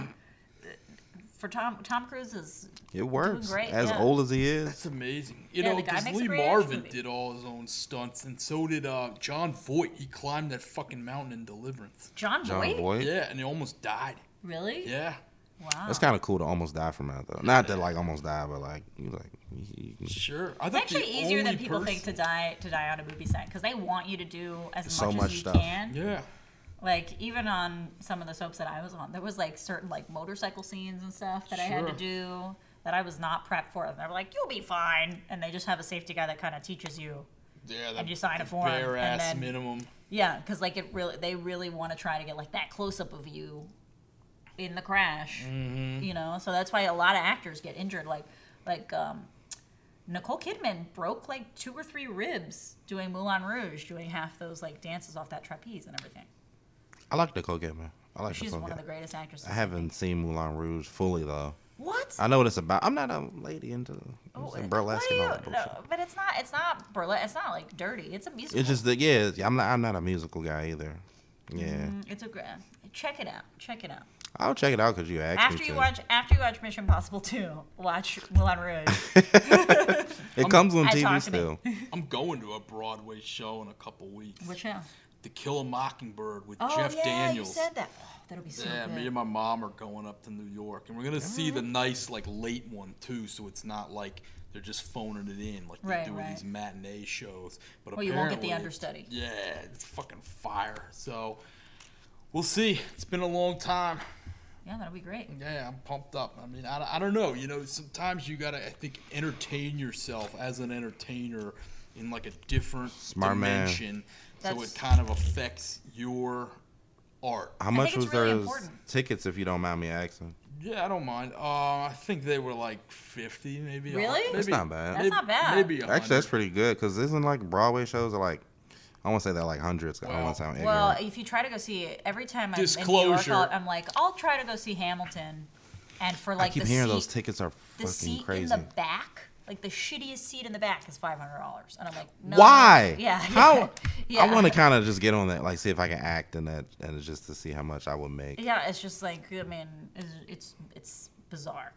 S2: for Tom Tom Cruise is
S3: it works.
S2: great,
S3: as
S2: yeah.
S3: old as he is,
S4: That's amazing. You
S2: Yeah,
S4: know,
S2: the guy
S4: because
S2: makes a
S4: Lee
S2: great
S4: Marvin
S2: movie.
S4: did all his own stunts, and so did uh, John Voight. He climbed that fucking mountain in Deliverance.
S2: John,
S3: John
S2: Boy.
S3: Boy.
S4: Yeah, and he almost died.
S2: Really?
S4: Yeah.
S2: Wow.
S3: That's kind of cool to almost die from that though. Not that like almost die, but like you like you- you-
S4: Sure. I
S2: It's
S4: think
S2: actually
S4: the
S2: easier than
S4: only
S2: people think to
S4: person-
S2: die to die on a movie set because they want you to do as
S3: So
S2: much,
S3: much
S2: as you
S3: stuff.
S2: can.
S4: Yeah.
S2: Like even on some of the soaps that I was on, there was like certain like motorcycle scenes and stuff that I had to
S4: Sure.
S2: do that I was not prepped for. And they were like, "You'll be fine," and they just have a safety guy that kind of teaches you.
S4: Yeah. That
S2: And you sign a form,
S4: Bare
S2: and
S4: ass
S2: then-
S4: minimum.
S2: Yeah, because like it really, they really want to try to get like that close up of you in the crash. You know, so that's why a lot of actors get injured. Like, like um, Nicole Kidman broke like two or three ribs doing Moulin Rouge, doing half those like dances off that trapeze and everything.
S3: I like Nicole Kidman. I like
S2: She's
S3: Nicole
S2: one of
S3: Kidman.
S2: the greatest actresses.
S3: I haven't seen Moulin Rouge fully though.
S2: What?
S3: I know what it's about. I'm not a lady into
S2: Oh,
S3: into
S2: uh,
S3: burlesque
S2: what do
S3: and all
S2: you-
S3: that bullshit.
S2: no, but it's not. It's not burlesque. It's not like dirty. It's a musical.
S3: It's just that yeah, I'm not I'm not a musical guy either. Yeah,
S2: Mm, It's a great. Check it out. Check it out.
S3: I'll check it out because you asked
S2: After
S3: me
S2: you
S3: to.
S2: watch, after you watch Mission Impossible 2, watch Moulin Rouge.
S3: it comes on
S2: I
S3: TV
S2: talked to me.
S3: still.
S4: I'm going to a Broadway show in a couple weeks.
S2: Which show?
S4: The Kill a Mockingbird with
S2: Oh
S4: Jeff
S2: yeah,
S4: Daniels.
S2: you said that. Oh, that'll be so
S4: yeah,
S2: good.
S4: me and my mom are going up to New York, and we're gonna see the nice, like late one too. So it's not like they're just phoning it in, like they
S2: Right,
S4: do with
S2: right.
S4: these matinee shows. But
S2: Well, you won't get the
S4: apparently
S2: understudy.
S4: it's- Yeah, it's fucking fire. So we'll see. It's been a long time.
S2: yeah, that'll be great.
S4: Yeah, I'm pumped up. I mean, I, I don't know. You know, sometimes you gotta, I think, entertain yourself as an entertainer in like a different
S3: Smart man.
S4: dimension, so
S2: That's-
S4: it kind of affects your art.
S3: How much
S2: it's
S3: was
S2: really
S3: those
S2: important.
S3: tickets? If you don't mind me asking,
S4: Yeah, I don't mind. Uh, I think they were like fifty, maybe.
S2: Really?
S4: Maybe,
S3: That's not bad.
S2: That's not bad.
S4: Maybe
S3: actually that's
S4: 100.
S3: pretty good because isn't like Broadway shows are like I want to say they're like hundreds. I don't want to sound ignorant.
S2: Well, if you try to go see it, every time I'm in
S4: Disclosure.
S2: New York, I'll- I'm like, I'll try to go see Hamilton, and for
S3: I
S2: like
S3: keep
S2: the
S3: hearing
S2: seat,
S3: those tickets are
S2: the
S3: fucking
S2: seat in
S3: crazy.
S2: the back, like the shittiest seat in the back is five hundred dollars, and I'm like, no,
S3: Why?
S2: Yeah.
S3: How?
S2: yeah.
S3: I want to kind of just get on that, like see if I can act in that, and it's just to see how much I would make.
S2: Yeah, it's just like I mean, it's it's, it's bizarre.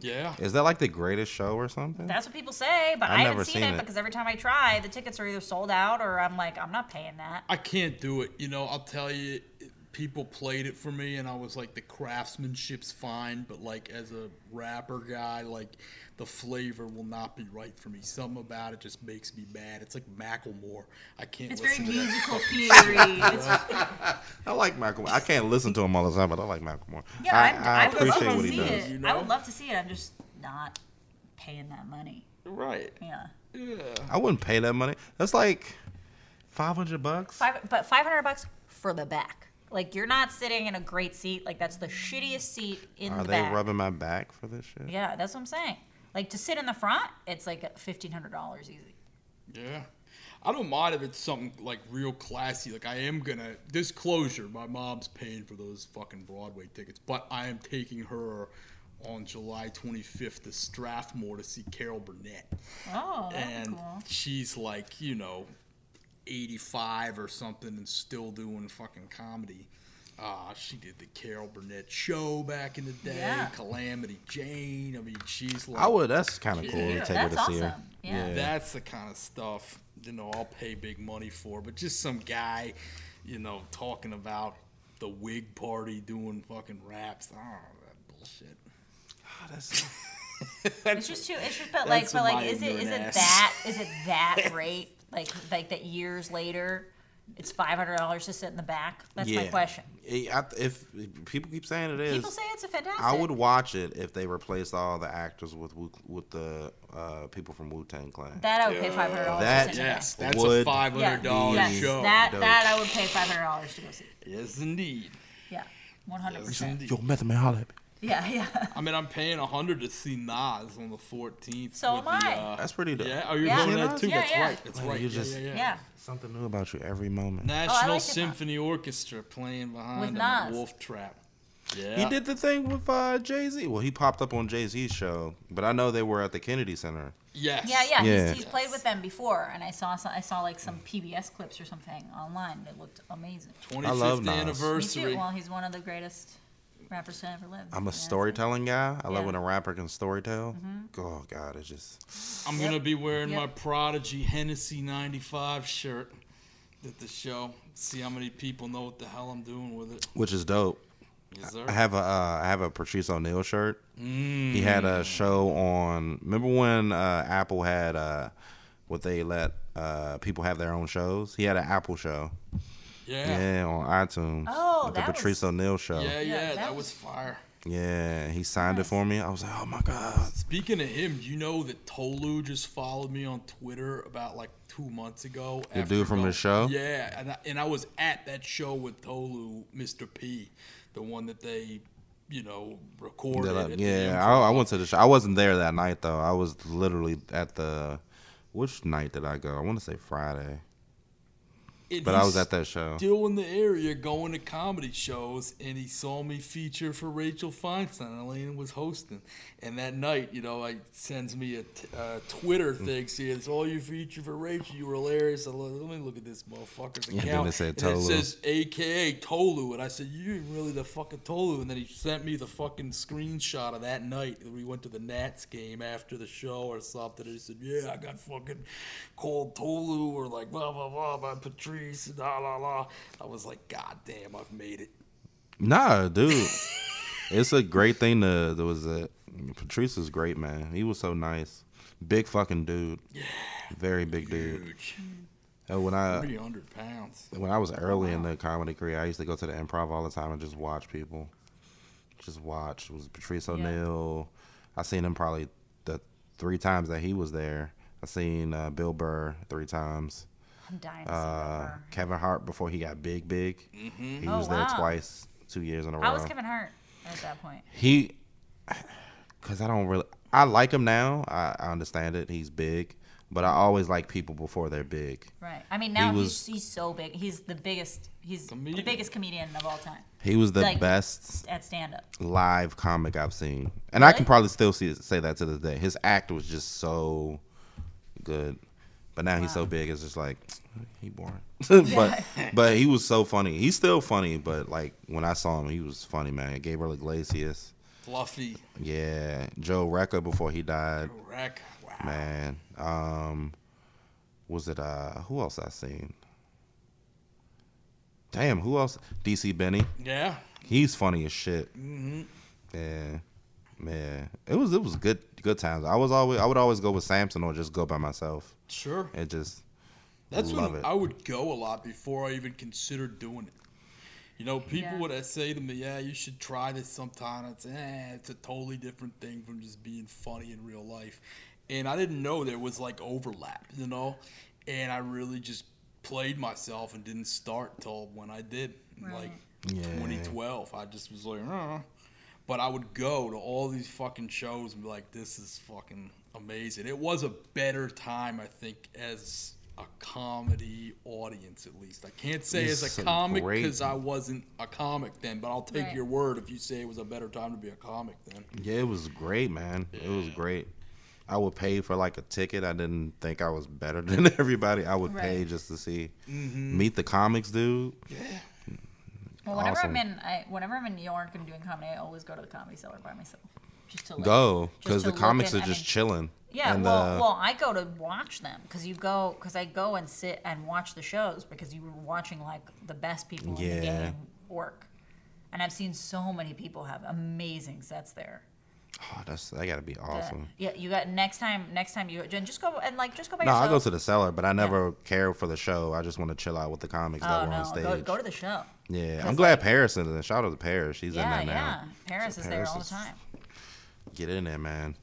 S4: Yeah.
S3: Is that like the greatest show or something?
S2: That's what people say, but I've I
S3: I've
S2: have
S3: never
S2: not seen,
S3: seen
S2: it,
S3: it.
S2: because every time I try, the tickets are either sold out or I'm like, I'm not paying that.
S4: I can't do it. You know, I'll tell you. it- People played it for me, and I was like, the craftsmanship's fine, but like as a rapper guy, like the flavor will not be right for me. Something about it just makes me mad. It's like Macklemore. I can't.
S2: It's very
S4: listen to that.
S2: musical theory. It's,
S3: I like Malcolm. I can't listen to him all the time, but I like Malcolm Moore.
S2: yeah, I, I, would love
S4: appreciate
S2: to
S4: what he
S2: see
S4: does.
S2: it.
S4: You
S2: I
S4: know?
S2: would love to see it. I'm just not paying that money.
S4: Right.
S2: Yeah,
S3: I wouldn't pay that money. That's like five hundred bucks.
S2: five, but 500 bucks for the back. Like you're not sitting in a great seat. Like that's the shittiest seat in
S3: Are
S2: the
S3: they
S2: back.
S3: rubbing my back for this shit?
S2: yeah, that's what I'm saying. Like to sit in the front, it's like $1,500 easy.
S4: Yeah. I don't mind if it's something like real classy. Like I am gonna disclosure. My mom's paying for those fucking Broadway tickets, but I am taking her on July 25th to Strathmore to see Carol Burnett,
S2: Oh, that'd be
S4: and
S2: cool.
S4: she's like you know, 85 or something, and still doing fucking comedy. Uh, she did the Carol Burnett show back in the day.
S2: Yeah.
S4: Calamity Jane. I mean, she's like
S3: I would. That's kind of cool
S4: Yeah,
S3: to take her
S2: That's
S3: to see
S2: awesome.
S3: her.
S2: Yeah.
S4: that's the kind of stuff you know I'll pay big money for, but just some guy, you know, talking about the Whig Party doing fucking raps. I don't know that bullshit.
S2: It's just too. It's just, but like,
S4: That's
S2: but
S4: my
S2: like, is it
S4: ignorant
S2: is it
S4: ass.
S2: that is it that rate? Like, like that years later, it's five hundred dollars to sit in the back. That's my question.
S3: Eh, I- if if people keep saying it is,
S2: People say it's a fantastic.
S3: I would watch it if they replaced all the actors with Wu- with the uh, people from Wu Tang Clan.
S2: That I would pay five hundred dollars.
S3: That-
S2: to sit in the back.
S4: Yes, that's
S3: Would
S4: a five hundred dollar
S2: yeah, yes,
S4: show.
S2: That
S3: Dope.
S2: that I would pay five hundred dollars to go see.
S4: yes, indeed.
S2: Yeah, one hundred
S4: Yes,
S2: percent.
S4: indeed.
S3: Yo, Method Man, holla at me.
S2: Yeah, yeah.
S4: I mean, I'm paying a hundred to see Nas on the 14th.
S2: So
S4: with
S2: am
S4: the,
S2: I.
S4: uh,
S3: That's pretty dope.
S4: yeah, oh, you're
S2: Yeah.
S4: going to
S3: Yeah,
S4: that too.
S2: yeah.
S4: That's right. That's
S3: Like,
S4: right.
S3: you
S4: Yeah,
S3: just-
S4: yeah, yeah.
S2: Yeah. Oh,
S3: Something new about you every moment.
S4: National
S2: like it, huh?
S4: Symphony Orchestra playing behind
S2: With
S4: him at
S2: Nas.
S4: Wolf Trap. Yeah.
S3: He did the thing with uh, Jay Z. Well, he popped up on Jay Z's show, but I know they were at the Kennedy Center.
S4: Yes.
S2: Yeah, yeah,
S3: Yeah.
S2: He's, he's played with them before, and I saw some, I saw like some PBS clips or something online. It looked amazing.
S4: 25th
S3: I love Nas.
S2: Me too.
S4: anniversary.
S2: Well, he's one of the greatest rappers to ever live.
S3: I'm a
S2: Yeah, so-
S3: storytelling guy. I
S2: Yeah. Mm-hmm.
S3: love when a rapper can storytell. Oh God, it's just
S4: I'm gonna be wearing
S2: Yep.
S4: my Prodigy Hennessy '95 shirt at the show. See how many people know what the hell I'm doing with it.
S3: which is dope.
S4: Yes, sir.
S3: I have a uh, I have a Patrice O'Neal shirt. He had
S4: Mm.
S3: a show on. Remember when uh, Apple had uh, what they let uh, people have their own shows? He had an Apple show. Yeah,
S4: yeah.
S3: on iTunes.
S2: Oh,
S3: with the
S2: that was-
S3: Patrice O'Neal show.
S4: Yeah, yeah,
S3: Yeah.
S2: that
S4: that,
S2: was-
S4: was, fire.
S3: he signed it for me. I was like, oh my god.
S4: Speaking of him, you know that Tolu just followed me on Twitter about like two months ago.
S3: The
S4: after
S3: dude from the show?
S4: Yeah, and I, and I was at that show with Tolu, Mr. P, the one that they, you know, recorded.
S3: That I-
S4: at the
S3: yeah,
S4: improv.
S3: I, I went to the show. I wasn't there that night though. I was literally at the. Which night did I go? I want to say Friday,
S4: And
S3: but I
S4: he
S3: was at that show.
S4: still in the area going to comedy shows, and he saw me feature for Rachel Feinstein. Elaine was hosting, and that night, you know, I sends me a t- uh, Twitter
S3: Mm.
S4: thing saying, "It's all you feature for Rachel. You were hilarious." I lo- let me look at this motherfucker's
S3: Yeah,
S4: account.
S3: then it said
S4: and
S3: Tolu.
S4: it says AKA Tolu, and I said, "You ain't really the fucking Tolu." And then he sent me the fucking screenshot of that night. We went to the Nats game after the show or something, and he said, "Yeah, I got fucking called Tolu or like blah blah blah by Patrice, and la la la." I was like, "God damn, I've made it."
S3: Nah, dude. it's a great thing to there was a Patrice is great, man. He was so nice. Big fucking dude. Yeah. Very big dude.
S4: Huge,
S3: And when I
S4: three hundred pounds.
S3: when I was early in the comedy career, I used to go to the improv all the time and just watch people. Just watch. It was Patrice O'Neill. I seen him probably the three times that he was there. I seen uh, Bill Burr three times.
S2: I'm dying to see
S3: Uh,
S2: her.
S3: Kevin Hart before he got big, big. He
S2: Oh,
S3: was
S2: wow.
S3: there twice, two years in a row.
S2: How was Kevin Hart at that point?
S3: He, because I don't really, I like him now. I, I understand it. He's big, but I always like people before they're big.
S2: Right. I mean, now
S3: was-
S2: he's, he's so big. He's the biggest. He's the
S4: Comedian.
S2: biggest comedian of all time
S3: He was the
S2: Like-
S3: best
S2: at stand up.
S3: live comic I've seen, and I can
S2: Really?
S3: probably still see, say that to this day. His act was just so good, but now he's so big, it's just like he boring. but but he was so funny. He's still funny, but like when I saw him, he was funny, man. Gabriel Iglesias,
S4: Fluffy,
S3: yeah, Joe Recca before he died.
S4: wreck. Wow.
S3: man. Um, was it uh who else I seen? Damn, who else? DC Benny,
S4: Yeah.
S3: he's funny as shit.
S4: Mm-hmm.
S3: Yeah, man, it was it was good good times. I was always I would always go with Samson or just go by myself.
S4: Sure.
S3: It just
S4: That's
S3: Love
S4: when
S3: it.
S4: I would go a lot before I even considered doing it. You know, people
S2: Yeah.
S4: would uh, say to me, "Yeah, you should try this sometime." I'd say, eh, "It's a totally different thing from just being funny in real life," and I didn't know there was like overlap, you know. And I really just played myself and didn't start till when I did, like
S3: Yeah.
S4: 2012. I just was like, "Uh." but I would go to all these fucking shows and be like, this is fucking amazing. It was a better time, I think, as a comedy audience, at least. I can't say
S3: This is
S4: as
S3: so
S4: a comic
S3: great.
S4: because I wasn't a comic then, but I'll take
S2: Right.
S4: your word if you say it was a better time to be a comic then.
S3: yeah, it was great, man. It was great. I would pay for like a ticket. I didn't think I was better than everybody. I would pay
S2: Right.
S3: just to see
S4: Mm-hmm.
S3: meet the comics, dude.
S2: Well, whenever
S3: Awesome.
S2: I'm in, I, whenever I'm in New York and doing comedy, I always go to the comedy cellar by myself. just to like,
S3: Go
S2: just
S3: because
S2: to
S3: the
S2: look
S3: comics
S2: at-
S3: are
S2: I
S3: just
S2: mean,
S3: chilling.
S2: Yeah,
S3: and,
S2: well,
S3: uh,
S2: well, I go to watch them because you go because I go and sit and watch the shows because you were watching like the best people in the
S3: Yeah.
S2: game work, and I've seen so many people have amazing sets there.
S3: oh, that's that gotta be
S2: The-
S3: awesome.
S2: yeah, you got next time. Next time you Jen, just go and like just go by
S3: No,
S2: yourself.
S3: I go to the cellar, but I never care for the show. I just want to chill out with the comics
S2: oh
S3: that were
S2: no,
S3: on stage.
S2: go, go to the show.
S3: yeah,
S2: 'cause,
S3: I'm glad Paris is in there. Shout out to Paris. She's in
S2: yeah,
S3: there now.
S2: yeah. Paris
S3: So
S2: is there all the
S3: Paris is-
S2: time.
S3: Get in there, man.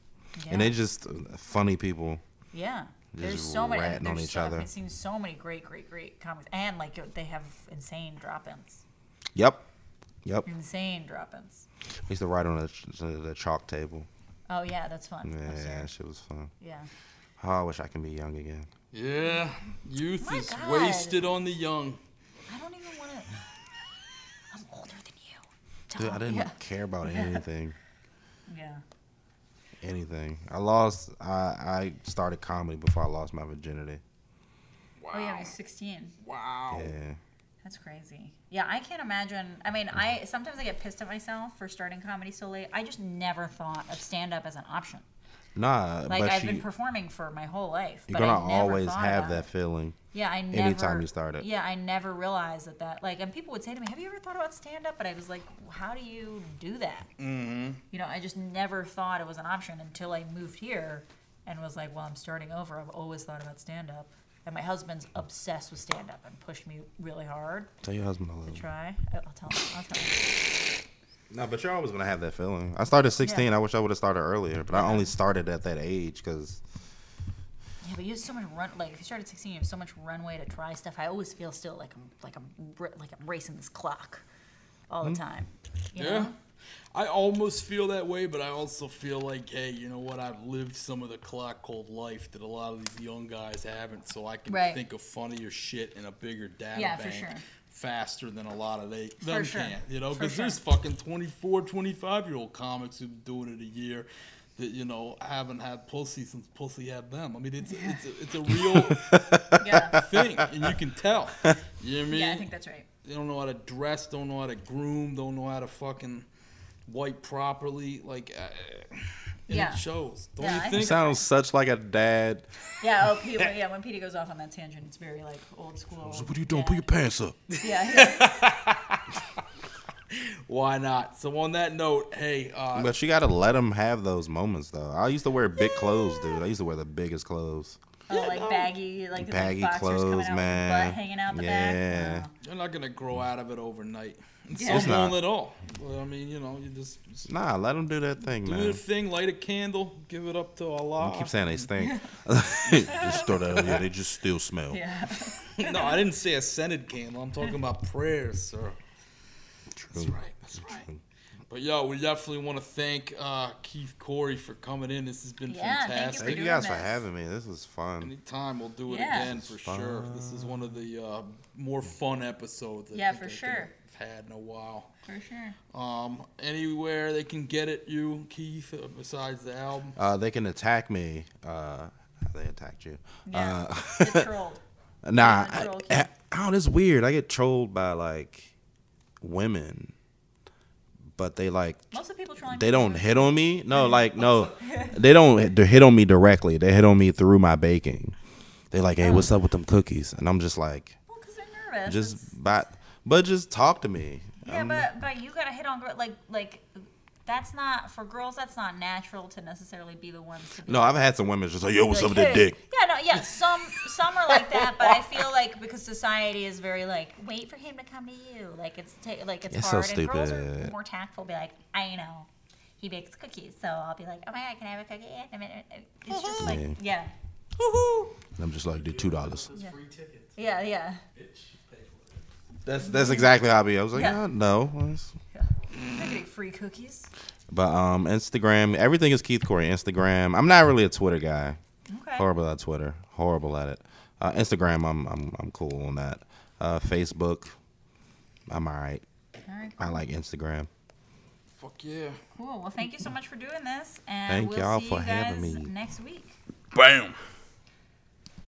S2: Yeah.
S3: And they just uh, funny people.
S2: Yeah.
S3: Just
S2: There's so many. I mean,
S3: ratting on
S2: there's
S3: each
S2: so,
S3: other.
S2: I've seen so many great, great, great comics, and like they have insane drop-ins,
S3: Yep. Yep.
S2: insane drop-ins.
S3: I used to write on the, ch- the, the chalk table.
S2: Oh yeah, that's fun. I'm
S3: Yeah,
S2: sorry.
S3: that shit was fun.
S2: Yeah.
S3: Oh, I wish I can be young again.
S4: Yeah, youth
S2: My
S4: is
S2: God.
S4: wasted on the young.
S2: I don't even want to. I'm older than you.
S3: Dude,
S2: Tom.
S3: I didn't
S2: Oh, Yeah.
S3: care about anything.
S2: Yeah.
S3: Anything. I lost. I I started comedy before I lost my virginity.
S2: Oh yeah, I was 16. Oh.
S4: Wow.
S3: Yeah.
S2: That's crazy. Yeah, I can't imagine. I mean, I sometimes I get pissed at myself for starting comedy so late. I just never thought of stand up as an option.
S3: Nah,
S2: Like
S3: but
S2: I've
S3: you,
S2: been performing for my whole life.
S3: you're
S2: but I
S3: gonna
S2: never
S3: always
S2: thought
S3: have
S2: about it.
S3: that feeling.
S2: Yeah, I never.
S3: Anytime you start it.
S2: Yeah, I never realized that that like, and people would say to me, "Have you ever thought about stand up?" But I was like, "How do you do that?" Mm-hmm. You know, I just never thought it was an option until I moved here, and was like, "Well, I'm starting over." I've always thought about stand up, and my husband's obsessed with stand up and pushed me really hard.
S3: Tell your husband I love him.
S2: Try, I- I'll tell him. I'll tell him.
S3: No, but you're always gonna have that feeling. I started 16.
S2: Yeah.
S3: I wish I would have started earlier, but I only started at that age because
S2: Yeah, but you have so much run. Like, if you start at 16, you have so much runway to try stuff. I always feel still like I'm like I'm r- like I'm racing this clock all
S3: Mm-hmm.
S2: the time. You
S4: Yeah.
S2: Know?
S4: I almost feel that way, but I also feel like, hey, you know what? I've lived some of the clock cold life that a lot of these young guys haven't, so I can
S2: Right.
S4: think of funnier shit in a bigger data
S2: Yeah, for
S4: bank
S2: sure.
S4: faster than a lot of they them
S2: sure.
S4: can. You know,
S2: For
S4: because there's
S2: sure.
S4: fucking 24, 25 year old comics who've been doing it a year that, you know, haven't had pussy since pussy had them. I mean, it's, it's, a, it's a real
S2: Yeah.
S4: thing, and you can tell. You know what I mean?
S2: yeah, I think that's right.
S4: They don't know how to dress, don't know how to groom, don't know how to fucking wipe properly. Like, uh, and
S2: Yeah.
S4: it shows. Don't
S2: Yeah, I
S4: you think?
S3: sounds such like a dad.
S2: Yeah, oh, Peter, yeah, when Petey goes off on that tangent, it's very like old school.
S6: What are you doing? Put your pants up.
S2: Yeah, yeah.
S4: Why not? So on that note, hey, uh,
S3: But you gotta let them have those moments though. I used to wear big clothes, dude. I used to wear the biggest clothes.
S2: Oh, like baggy, like,
S3: Baggy
S2: like boxers coming
S3: clothes,
S2: out with the
S3: man.
S2: butt hanging out the
S3: Yeah.
S2: back. Oh,
S4: you're not gonna grow out of it overnight. And
S2: Yeah. It's
S4: Some won't
S3: not.
S4: at all. Well, I mean, you know, you just, just
S3: Nah, let them do that thing,
S4: do
S3: man.
S4: your thing, light a candle, give it up to Allah.
S3: Keep saying they stink.
S6: Just throw that out here. They just still smell.
S2: No. Yeah.
S4: no, I didn't say a scented candle. I'm talking about prayers, sir. That's right. That's right. But yo, we definitely want to thank uh, Keith Corey for coming in. This has been
S2: Yeah, thank you for
S4: fantastic.
S3: Thank you
S2: doing
S3: guys for
S2: this.
S3: having me. This was fun.
S4: Anytime, we'll do it
S2: Yeah.
S4: again for sure. This is one of the uh, more fun episodes. I
S2: Yeah,
S4: think
S2: for
S4: I could
S2: sure.
S4: have had in a while.
S2: For sure.
S4: Um, anywhere they can get it, you Keith, uh, besides the album.
S3: Uh, they can attack me. Uh, they attacked you.
S2: Yeah. Get trolled.
S3: Uh, nah.
S2: Yeah,
S3: I,
S2: troll
S3: I,
S2: kids.
S3: oh, this is weird. I get trolled by like women, but they like
S2: Most of the people trolling
S3: they
S2: people
S3: don't
S2: are-
S3: hit on me. No, like no, they don't hit- they hit on me directly. They hit on me through my baking. They like, hey, what's up with them cookies? And I'm just like,
S2: Well, because they're nervous. It's-
S3: just but but just talk to me.
S2: yeah,
S3: I'm-
S2: but but you gotta hit on gr- like like that's not for girls. That's not natural to necessarily be the ones to be
S3: no, I've had some women just like, yo, what's up with
S2: Like,
S3: that dick?
S2: hey. Yeah, no, yeah. Some some are like that, but I feel like because society is very like, wait for him to come to you. Like it's ta- like it's,
S3: It's so
S2: hard. and girls are
S3: stupid.
S2: more tactful. Be like, I know, he bakes cookies, so I'll be like, oh my god, can I have a cookie? And I mean, it's just like,
S3: Yeah.
S2: yeah,
S3: And I'm just like, the two dollars.
S5: It's free tickets.
S2: yeah, yeah.
S5: Bitch, pay for it.
S3: That's that's exactly how I be. I was like,
S2: Yeah.
S3: "Uh, no.
S2: They're getting free cookies.
S3: But um, Instagram, everything is Keith Corey. Instagram. I'm not really a Twitter guy.
S2: Okay.
S3: Horrible at Twitter. Horrible at it. Uh, Instagram, I'm I'm I'm cool on that. Uh, Facebook, I'm all right.
S2: All right,
S3: I
S2: cool.
S3: like Instagram.
S4: Fuck yeah.
S2: cool. Well, thank you so much for doing this, and
S3: Thank
S2: we'll
S3: y'all
S2: see
S3: for
S2: you guys
S3: having me.
S2: next week.
S1: Bam.